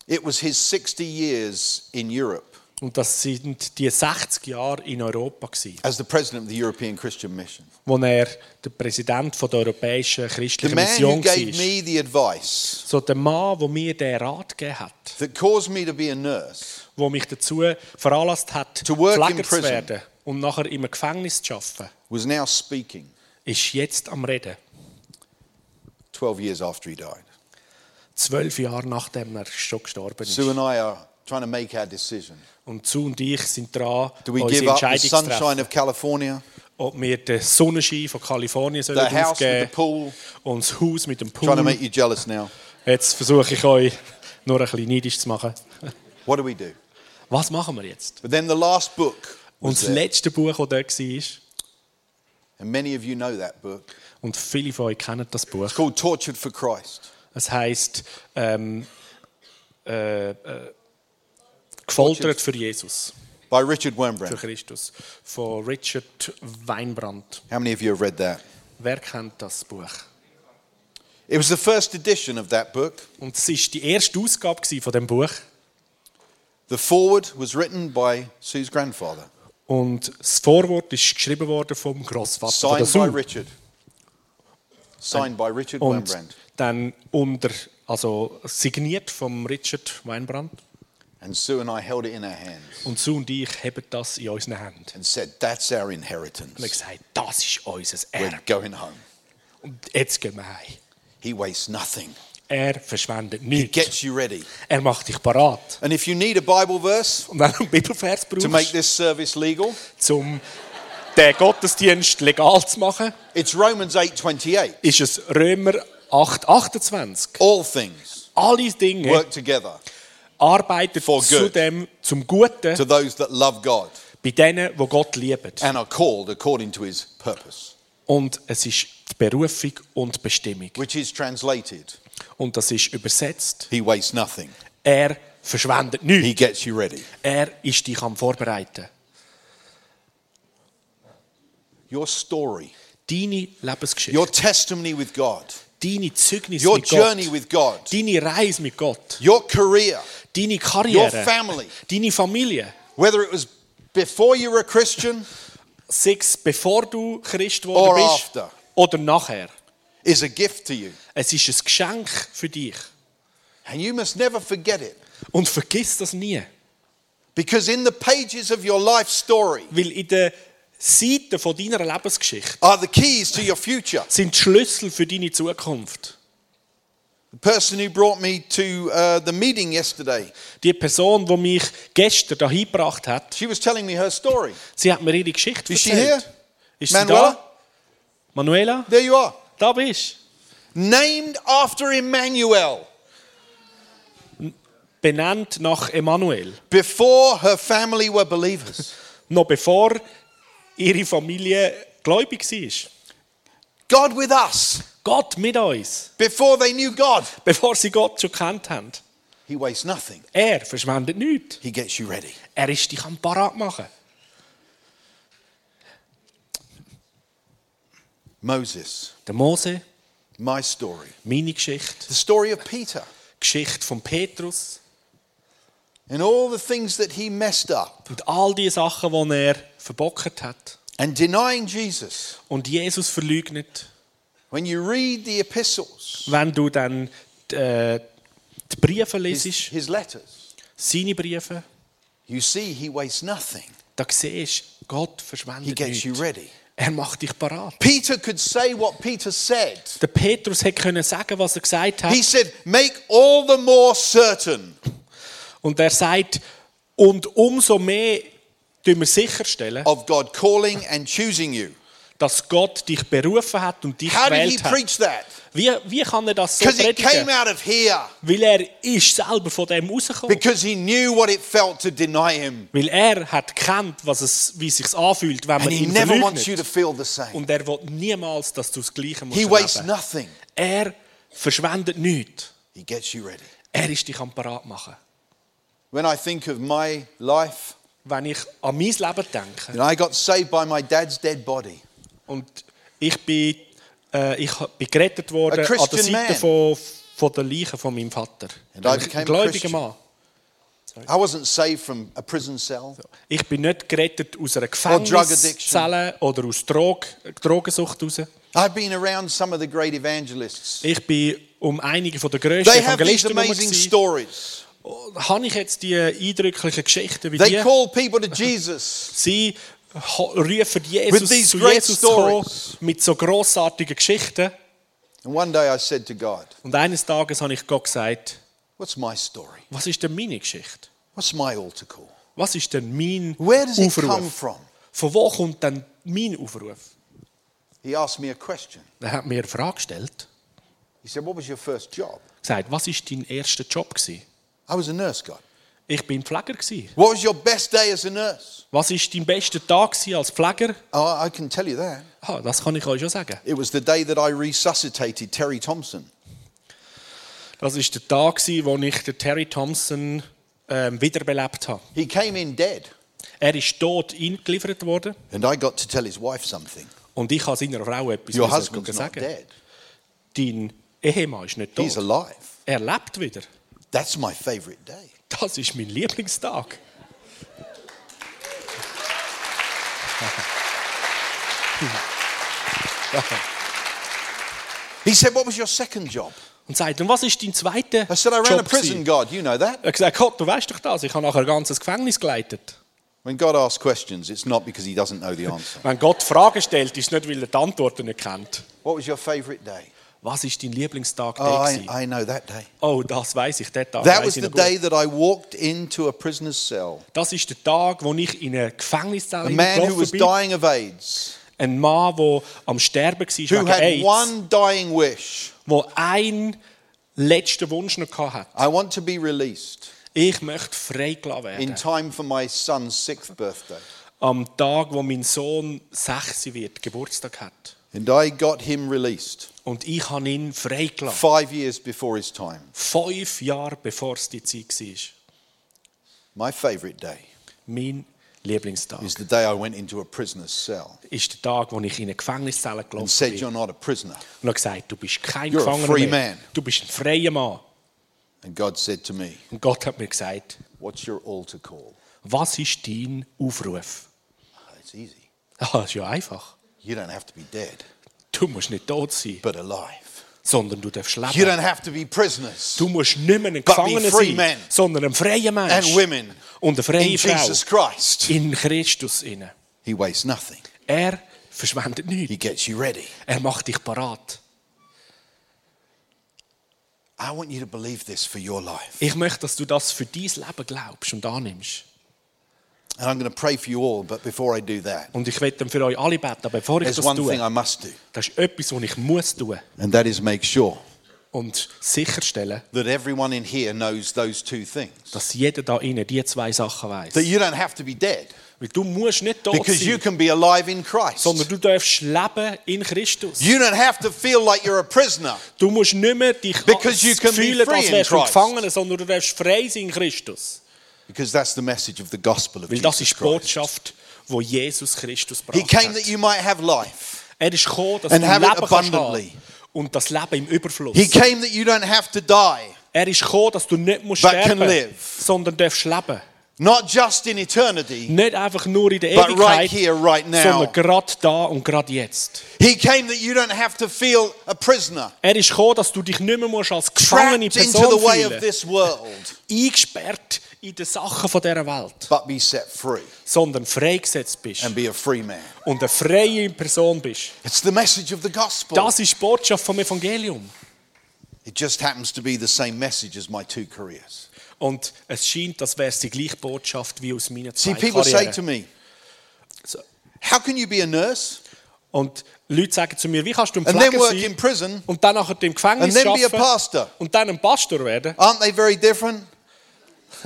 It was his 60 years in Europe Und das sind die 60 Jahre in Europa, gewesen, as the president of the European Christian Mission. wo er der Präsident von der Europäischen The Christlichen man who Mission gave war. me the advice So der Mann, der mir den Rat gegeben hat, that caused me to be a nurse der mich dazu veranlasst hat, To work in Pfleger zu prison. werden und nachher im Gefängnis zu arbeiten, was now speaking ist jetzt am Reden. 12 years after he died. Zwölf Jahre nachdem er schon gestorben ist. Sue and I are trying to make our decision. Und Sue und ich sind dran, Do we unsere give up the Entscheidung zu sunshine treffen, of California, ob wir den Sonnenschein von Kalifornien sollen the house aufgeben with the pool? und das Haus mit dem Trying to make Pool. you jealous now. Jetzt versuche ich euch nur ein bisschen neidisch zu machen. What do we do? Was machen wir jetzt? But then the last book, Und was das there, letzte Buch, das dort war, and many of you know that book, und viele von euch kennen das Buch, it's called Tortured for Christ. es heisst ähm, äh, äh, «Gefoltert für Jesus», by Richard für Wurmbrand. Christus, von Richard Weinbrand. How many of you have read that? Wer kennt das Buch? It was the first edition of that book. Und es war die erste Ausgabe gewesen von dem Buch. The foreword was written by Sue's grandfather, Und das Vorwort ist geschrieben worden vom Grossvater von der signed by Sue. Richard. Signed by Richard Und Wurmbrand. dann unter, also signiert vom Richard Weinbrand. And Sue and I held it in our hands Und Sue und ich haben das in unseren Händen. and said, That's our Und haben inheritance. gesagt, das ist unser We're Erbe. going home. Und jetzt gehen wir heim. He wastes nothing. Er verschwendet He nichts. gets you ready. Er macht dich parat. And if you need a Bible verse Und wenn du einen Bibelvers to make brauchst, this service legal, um den Gottesdienst legal zu machen, it's Romans 8:28. ist es Römer 8, 28. All things all diese Dinge work together arbeitet for good. zu dem, zum Guten to those that love God bei denen, die Gott lieben. and are called according to his purpose, Und es ist die Berufung und die Bestimmung. which is translated Und das ist übersetzt. He wastes nothing, Er verschwendet He nichts. gets you ready. Er ist dich am Vorbereiten. Your story, Deine Lebensgeschichte, your testimony with God, deine Zeugnis your mit Gott, journey with God, deine Reise mit Gott, your career, deine your Karriere, family, deine Familie. whether it was before you were a Christian, Sei es bevor du Christ Or geworden bist after. oder nachher. is a gift to you. Es ist ein Geschenk für dich. And you must never forget it. Und vergiss das nie. Because in the pages of your life story Weil in den Seiten von deiner Lebensgeschichte are the keys to your future. sind die Schlüssel für deine Zukunft. The person who brought me to uh, the meeting yesterday, Die Person, die mich gestern dahin gebracht hat, she was telling me her story. sie hat mir ihre Geschichte Is she erzählt. here? Ist Manuela? sie da? Manuela, There you are. da bist du. Named after Emmanuel. Benannt nach Emanuel. Before her family were believers, Noch bevor ihre Familie gläubig war. God with us, Gott mit uns. before they knew God. Bevor sie Gott schon kennt haben. He wastes nothing, Er verschwendet nichts. He gets you ready. Er ist dich am Parat machen. Moses, Der Mose, my story. meine Geschichte. The story of Peter Die Geschichte von Petrus. and all the things that he messed up Und all die Sachen, die er verbockt hat. and denying Jesus. Und Jesus verleugnet. When you read the epistles, Wenn du dann äh, die Briefe lesest, his letters, seine Briefe, you see he wastes nothing. da siehst du, Gott He verschwendet gets you nichts. ready. Er macht dich parat. Peter could say what Peter said. Der Petrus hätte können sagen, was er gesagt hat. He said, Make all the more certain. Und er sagt, und umso mehr tun wir sicherstellen, of God calling and choosing you. dass Gott dich berufen hat und dich How did he gewählt hat. preach that? Wie, wie kann er das so Because it came predigen? out of here. Weil er ist selber von dem rausgekommen. Because he knew what it felt to deny him. Weil er hat kennt, was es, wie es sich anfühlt, wenn man And he ihn never wants verleugnet. you to feel the same. Und er will niemals, dass du das Gleiche musst He wastes erleben. nothing. Er verschwendet nichts. He gets you ready. Er ist dich am Parat machen. When I think of my life, Wenn ich an mein Leben you denke know, I got saved by my dad's dead body. und ich bin, äh, ich bin gerettet worden A an der Christian Seite man. von, von der Leiche von meinem Vater. And I became a Ein gläubiger Christian. Mann. I wasn't saved from a prison cell. Ich bin nicht gerettet aus einer drug Gefängniszelle oder aus Drog, Drogensucht raus. I've been around some of the great evangelists. Ich bin um einige von der grössten They have these Evangelisten amazing herum. stories. Habe ich jetzt die eindrücklichen Geschichten wie They die? call people to Jesus. Sie ho- rufen With Jesus these zu great Jesus zu kommen, stories. mit so grossartigen Geschichten. And one day I said to God, Und eines Tages habe ich Gott gesagt, What's my story? was ist denn meine Geschichte? What's my altar call? Was ist denn mein Where does it come Aufruf? from? Von wo kommt denn mein Aufruf? He asked me a question. Er hat mir eine Frage gestellt. He said, What was your first job? gesagt, was war dein erster Job? Gewesen? I was a nurse, God. Ich bin Pfleger. Gewesen. What was your best day as a nurse? Was war dein bester Tag gewesen als Pfleger? Oh, I can tell you that. Ah, das kann ich euch schon sagen. It was the day that I resuscitated Terry Thompson. Das war der Tag, gewesen, wo ich den Terry Thompson ähm, wiederbelebt habe. He came in dead, Er ist tot eingeliefert worden and I got to tell his wife something. und ich habe seiner Frau etwas Your müssen husband's not sagen. dead, Dein Ehemann ist nicht he's tot. alive. Er lebt wieder. That's my favorite day. Das ist mein [laughs] Lieblingstag. He said, What was your second job? Und sagt, und was ist dein zweiter I said, I ran a Job? prison, gewesen? God. You know that. Er hat gesagt, Gott, du weißt doch das, ich habe nachher ein ganzes Gefängnis geleitet. When God asks questions, it's not because he doesn't [laughs] know the answer. Wenn Gott Fragen stellt, ist es nicht, weil er die Antworten nicht kennt. What was your favorite day? Was ist dein Lieblingstag? Oh, der I, gewesen? I know that day. oh, das weiß ich, der Tag That weiss was ich the noch gut. day that I walked into a prisoner's cell. Das ist der Tag, wo ich in eine Gefängniszelle A man who was gelaufen bin. dying of AIDS, Ein Mann, der am Sterben war who wegen had AIDS, one dying wish, der ein letzten Wunsch noch hatte. I want to be released Ich möchte freigelassen werden. in time for my son's sixth birthday. am Tag, wo mein Sohn 6 wird, Geburtstag hat. And I got him released Und ich habe ihn freigelassen. five years before his time. Fünf Jahre bevor es die Zeit war. My favourite day Mein Lieblingstag is the day I went into a prisoner's cell ist der Tag, wo ich in eine Gefängniszelle and said, gelaufen bin You're not a prisoner. und habe gesagt, du bist kein You're a Gefangener free mehr. man. Du bist ein freier Mann. And God said to me, Und Gott hat mir gesagt, What's your altar call? was ist dein Aufruf? [laughs] Ah, It's easy. Ah, das ist ja einfach. You don't have to be dead, Du musst nicht tot sein, but alive. sondern du darfst You leben. don't have to be prisoners Du musst nicht mehr ein be Gefangener free sein, men. sondern ein freier and Mensch. women Und eine in freie Frau. Jesus Christ. In Christus inne. He wastes nothing, Er verschwendet nichts. He gets you ready. Er macht dich parat. I want you to believe this for your life. Ich möchte, dass du das für dein Leben glaubst und annimmst. And I'm going to pray for you all, but before I do that, Und ich werde dann für euch alle beten, aber bevor ich there's das one thing tue. I must do, Das ist etwas, was ich muss tun and that is make sure und sicherstellen, that everyone in here knows those two things. dass jeder da innen die zwei Sachen That weiß. you don't have to be dead Weil du musst nicht tot because you sein, can be alive in Christ. sondern du darfst leben in Christus. You don't have to feel like you're a prisoner Du musst nicht mehr dich Because you can be fühlen, free als in wärst du ein Christ. Gefangener, sondern du darfst frei sein in Christus. because that's the message of the gospel of Weil das Jesus ist die Christ. Botschaft, die Jesus Christus He brachte. came that you might have life. Er ist gekommen, dass du And have it Leben kannst abundantly. haben. und das Leben im Überfluss. He came that you don't have to die, Er ist gekommen, dass du nicht musst That can sterben, live. sondern darfst leben. not just in eternity. Nicht einfach nur in der But Ewigkeit, right here, right now. sondern gerade da und gerade jetzt. He came that you don't have to feel a prisoner, Er ist gekommen, dass du dich nicht mehr musst als trapped gefangene into Person the way of fühlen, this world, eingesperrt in den Sachen von dieser Welt, but be set free sondern freigesetzt bist and be a free man. und eine freie Person bist. It's the message of the gospel. Das ist die Botschaft vom Evangelium. It just happens to be the same message as my two careers. Und es scheint, das wäre die gleiche Botschaft wie aus meiner See, zwei people say Karrieren. to me, How can you be a nurse Und Leute sagen zu mir, wie kannst du ein and then Pfleger work in sein prison? und dann nachher im Gefängnis And then be a pastor. arbeiten und dann ein Pastor werden? [laughs] Aren't they very different?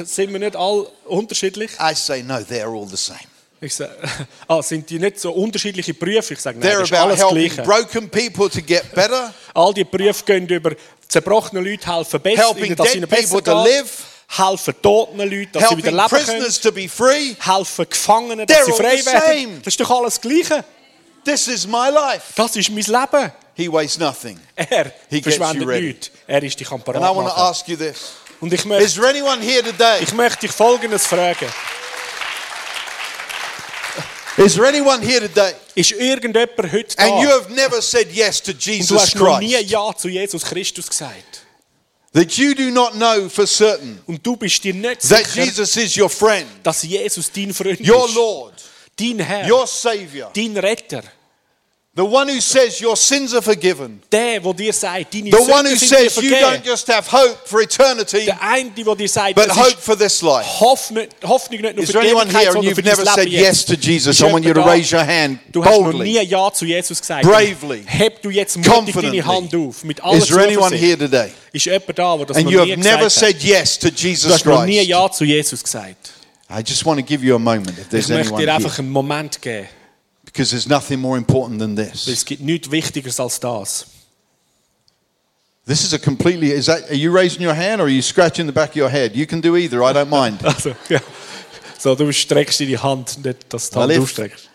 Sind wir nicht alle unterschiedlich? I say, No, they're all the same. Ich sage, [laughs] ah, sind die nicht so unterschiedliche Berufe? Ich sage, nein, They're das ist about alles helping Gleiche. broken people to get better, All die Berufe gehen über zerbrochenen Leute helfen, besser, Helping ihnen, dass dead ihnen besser people to geht, live. helfen toten Leuten, dass sie wieder helping leben können, prisoners to be free. helfen Gefangenen, dass They're sie all frei the same. werden. Das ist doch alles Gleiche. This is my life. Das ist mein Leben. He wastes nothing. Er He gets you verschwendet ready. nichts. Er ist dich am And I want to Parat ask you this Und ich Is möchte, there anyone here today? ich möchte dich Folgendes fragen. Is there anyone here today? Ist irgendjemand heute da And und you have never said yes to du Jesus hast noch nie Christ? Ja zu Jesus Christus gesagt? That you do not know for certain Und du bist dir nicht that sicher, Jesus is your friend, dass Jesus dein Freund your ist, Lord, dein Herr, your Savior, dein Retter. the one who says your sins are forgiven, Der, der dir sagt, deine the one who Sünden sind dir says you don't vergeben. just have hope for eternity, Der eine, der dir sagt, but es hope ist for this life. Hoffnung, Hoffnung nicht nur Is für there die anyone Ewigkeit, here and sondern für you've dein never said Leben yes jetzt. to Jesus? Ist I want you to jemand da? raise your hand Du hast noch boldly. nie Ja zu Jesus gesagt. Bravely. Heb du jetzt mutig Confidently. deine Hand auf. Mit aller Is there anyone Zuversicht. here today? Ist jemand da, der das And noch you nie have never gesagt hat? said yes to Du Jesus hast noch nie Christ. Ja zu Jesus gesagt. I just want to give you a moment if Ich there's möchte anyone dir here. einfach einen Moment geben, Because there's nothing more important than weil this. es gibt nichts Wichtigeres als das. This is a completely. Is that? Are you raising your hand or are you scratching the back of your head? You can do either. I don't mind. Also, ja. So, du streckst deine Hand, nicht, dass du die Hand Alif. ausstreckst.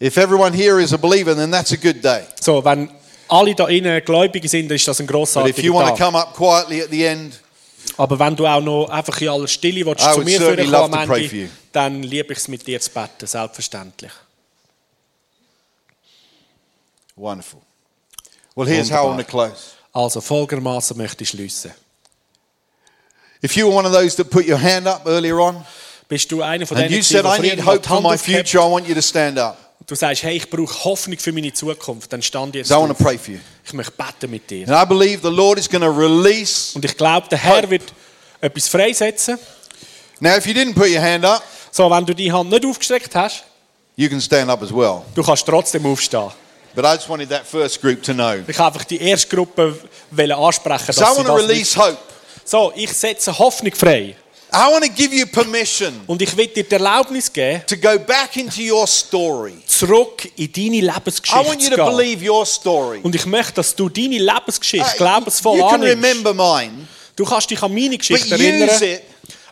If everyone here is a believer, then that's a good day. So, wenn alle da innen Gläubige sind, dann ist das ein But if you grossartiger want to Tag. come up quietly at the end, Aber wenn du auch noch einfach in aller Stille willst, I zu would mir certainly führen love kommen to am pray for you. Ende, dann liebe ich es, mit dir zu beten, selbstverständlich. wonderful. Well, here's how I want to close. Also, folgendermaßen möchte ich schliessen. If you were one of those that put your hand up earlier on Bist du einer von and denen, you die said, früher "I noch die need hope Hand for my aufgehoben future," I want you to stand up. Du sagst, hey, ich brauche Hoffnung für meine Zukunft. Dann stand jetzt So I want to auf. pray for you. Ich möchte beten mit dir. And I believe the Lord is going to release. Und ich glaube, der Herr Hope. wird etwas freisetzen. Now, if you didn't put your hand up, So, wenn du die Hand nicht aufgestreckt hast, you can stand up as well. du kannst trotzdem aufstehen. But I just wanted that first group to know. Ich wollte einfach die erste Gruppe wollen ansprechen. Dass So I sie want to das release hope. nicht- so, ich setze Hoffnung frei. I want to give you permission Und ich will dir die Erlaubnis geben, to go back into your story. zurück in deine I Lebensgeschichte want you zu to gehen. believe your story. Und ich möchte, dass du deine Lebensgeschichte Uh, glaubensvoll you can annimmst. remember mine, Du kannst dich an meine but Geschichte use erinnern, it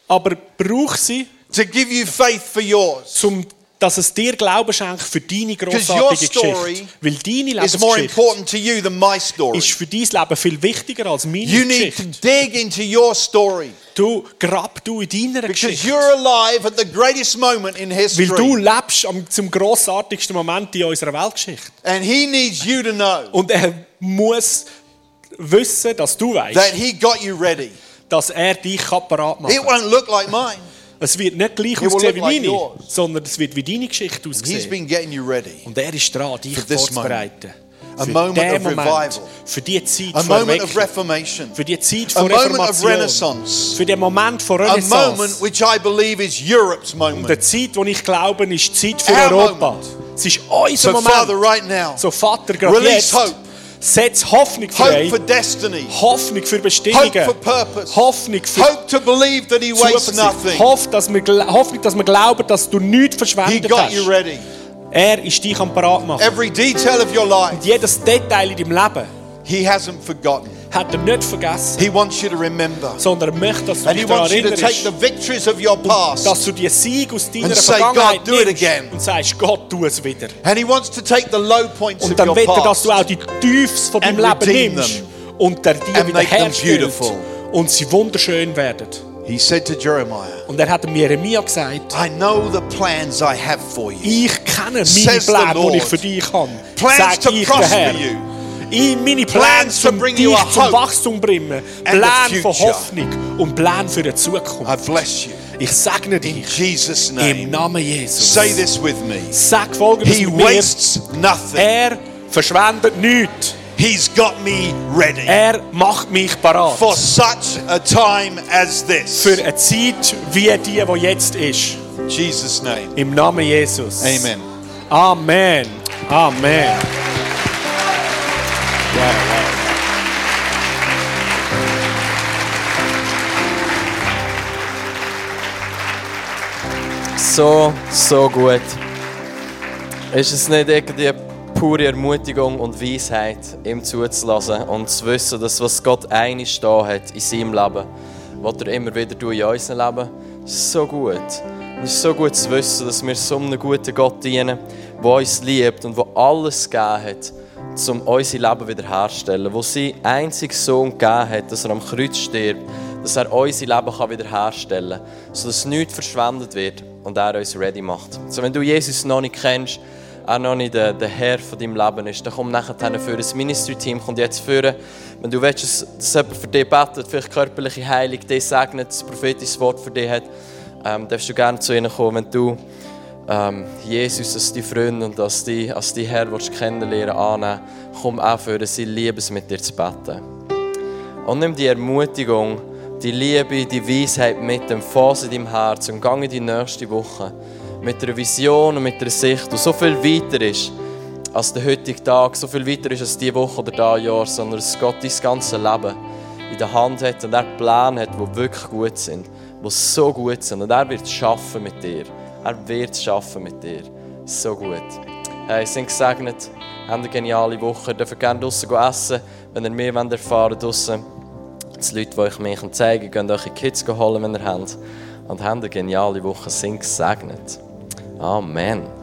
aber brauch sie, to give you faith for yours. zum, dass es dir Glauben schenkt für deine your grossartige story Geschichte. Weil deine It's more Lebensgeschichte important to you than my story. ist für dein Leben viel wichtiger als meine You need to Geschichte. dig into your story Du, grab du in deiner because Geschichte. you're alive at the greatest moment in Weil du history. lebst am, zum grossartigsten Moment in unserer Weltgeschichte. And he needs you to know Und er muss wissen, dass du weißt, that he got you ready. dass er dich kann parat machen It won't look like mine. Es wird nicht gleich will aussehen wie look like meine, yours. sondern es wird wie deine Geschichte He's aussehen. been getting you ready. Und er ist dran, dich For this vorzubereiten. A für moment den of Moment, revival. für die Zeit A von moment of Erweckung, reformation. für die Zeit A von moment of Reformation, renaissance. für den Moment von A moment Renaissance. which I believe is Europe's Und die moment. Zeit, die ich glaube, ist die Zeit für Our Europa. moment. Es ist unser So, Father, Moment. right now, So Vater, gerade Release jetzt, hope. setz Hoffnung frei. hope for destiny, Hoffnung für hope for Bestimmungen. purpose, Hoffnung für hope to believe that He wastes Zuversicht. nothing. Hoff, dass wir, gl- Hoffnung, dass wir glauben, dass du nichts He verschwendet got you hast. ready. Er ist dich am Parat machen. Every detail of your life, Jedes Detail in deinem Leben He hasn't forgotten. hat er nicht vergessen, He wants you to remember. sondern er möchte, dass du And He dich daran wants you to take erinnerst, the victories of your past. dass du die Sieg aus deiner And say, Vergangenheit God, do it nimmst again. und sagst, Gott, tu es wieder. And He wants to take the low points Und of dann your will er, dass past du auch die Tiefs von deinem And Leben redeem nimmst und er dir And wieder make them herstellt beautiful. und sie wunderschön werden. He said to Jeremiah, Und er hat dem Jeremia gesagt, I know the plans I have for you. ich kenne meine Says the Pläne, die ich Lord. für dich habe. Plans Sagt to ich der prosper Herr. you. Ich, meine Pläne, Plans to um bring dich you a zum hope Wachstum bringen. and a Pläne von future. Hoffnung und Pläne für die Zukunft. I bless you. Ich segne In dich Jesus' im name. Namen Jesus. Say this Eh. with me. Sag folgendes He mit mir. wastes nothing. Er verschwendet nichts. He's got me ready Er macht mich parat. for such a time as this. für eine Zeit wie die, die jetzt ist. In Jesus' name. Im Namen Jesus. Amen. Amen. Amen. So, so gut. Ist es nicht irgendwie pure Ermutigung und Weisheit, ihm zuzulassen und zu wissen, dass was Gott einig da hat in seinem Leben, was er immer wieder tut in unserem Leben, ist so gut. Und Es ist so gut zu wissen, dass wir so einem guten Gott dienen, der uns liebt und der alles gegeben hat, um unser Leben wiederherzustellen, wo sein einzigen Sohn gegeben hat, dass er am Kreuz stirbt, dass er unser Leben kann wiederherstellen kann, sodass nichts verschwendet wird und er uns ready macht. So, wenn du Jesus noch nicht kennst, er noch nicht der, der Herr von deinem Leben ist, dann komm nachher hin für das Ministry-Team, kommt jetzt führen. Wenn du willst, dass dass jemand für dich betet, vielleicht körperliche Heilung, dich segnet, das prophetische Wort für dich hat, ähm, darfst du gerne zu ihnen kommen, wenn du ähm, Jesus als dein Freund und als dein, als dein Herr willst kennenlernen annehmen komm auch für sie lieben es, mit dir zu beten. Und nimm die Ermutigung, die Liebe, die Weisheit mit dem Fass in deinem Herz und gang in die nächste Woche mit einer Vision und mit einer Sicht, die so viel weiter ist als der heutige Tag, so viel weiter ist als die Woche oder das Jahr, sondern dass Gott dein ganze Leben in der Hand hat und er Pläne hat, die wirklich gut sind, die so gut sind. Und er wird es schaffen mit dir. Er wird es schaffen mit dir. So gut. Hey, sind gesegnet, haben eine geniale Woche, dürfen gerne draussen gehen essen, wenn ihr mehr wollt erfahren wollt draussen. Die Leute, die euch mehr zeigen können, könnt eure Kids holen, wenn ihr habt. Und haben eine geniale Woche, sind gesegnet. Amen.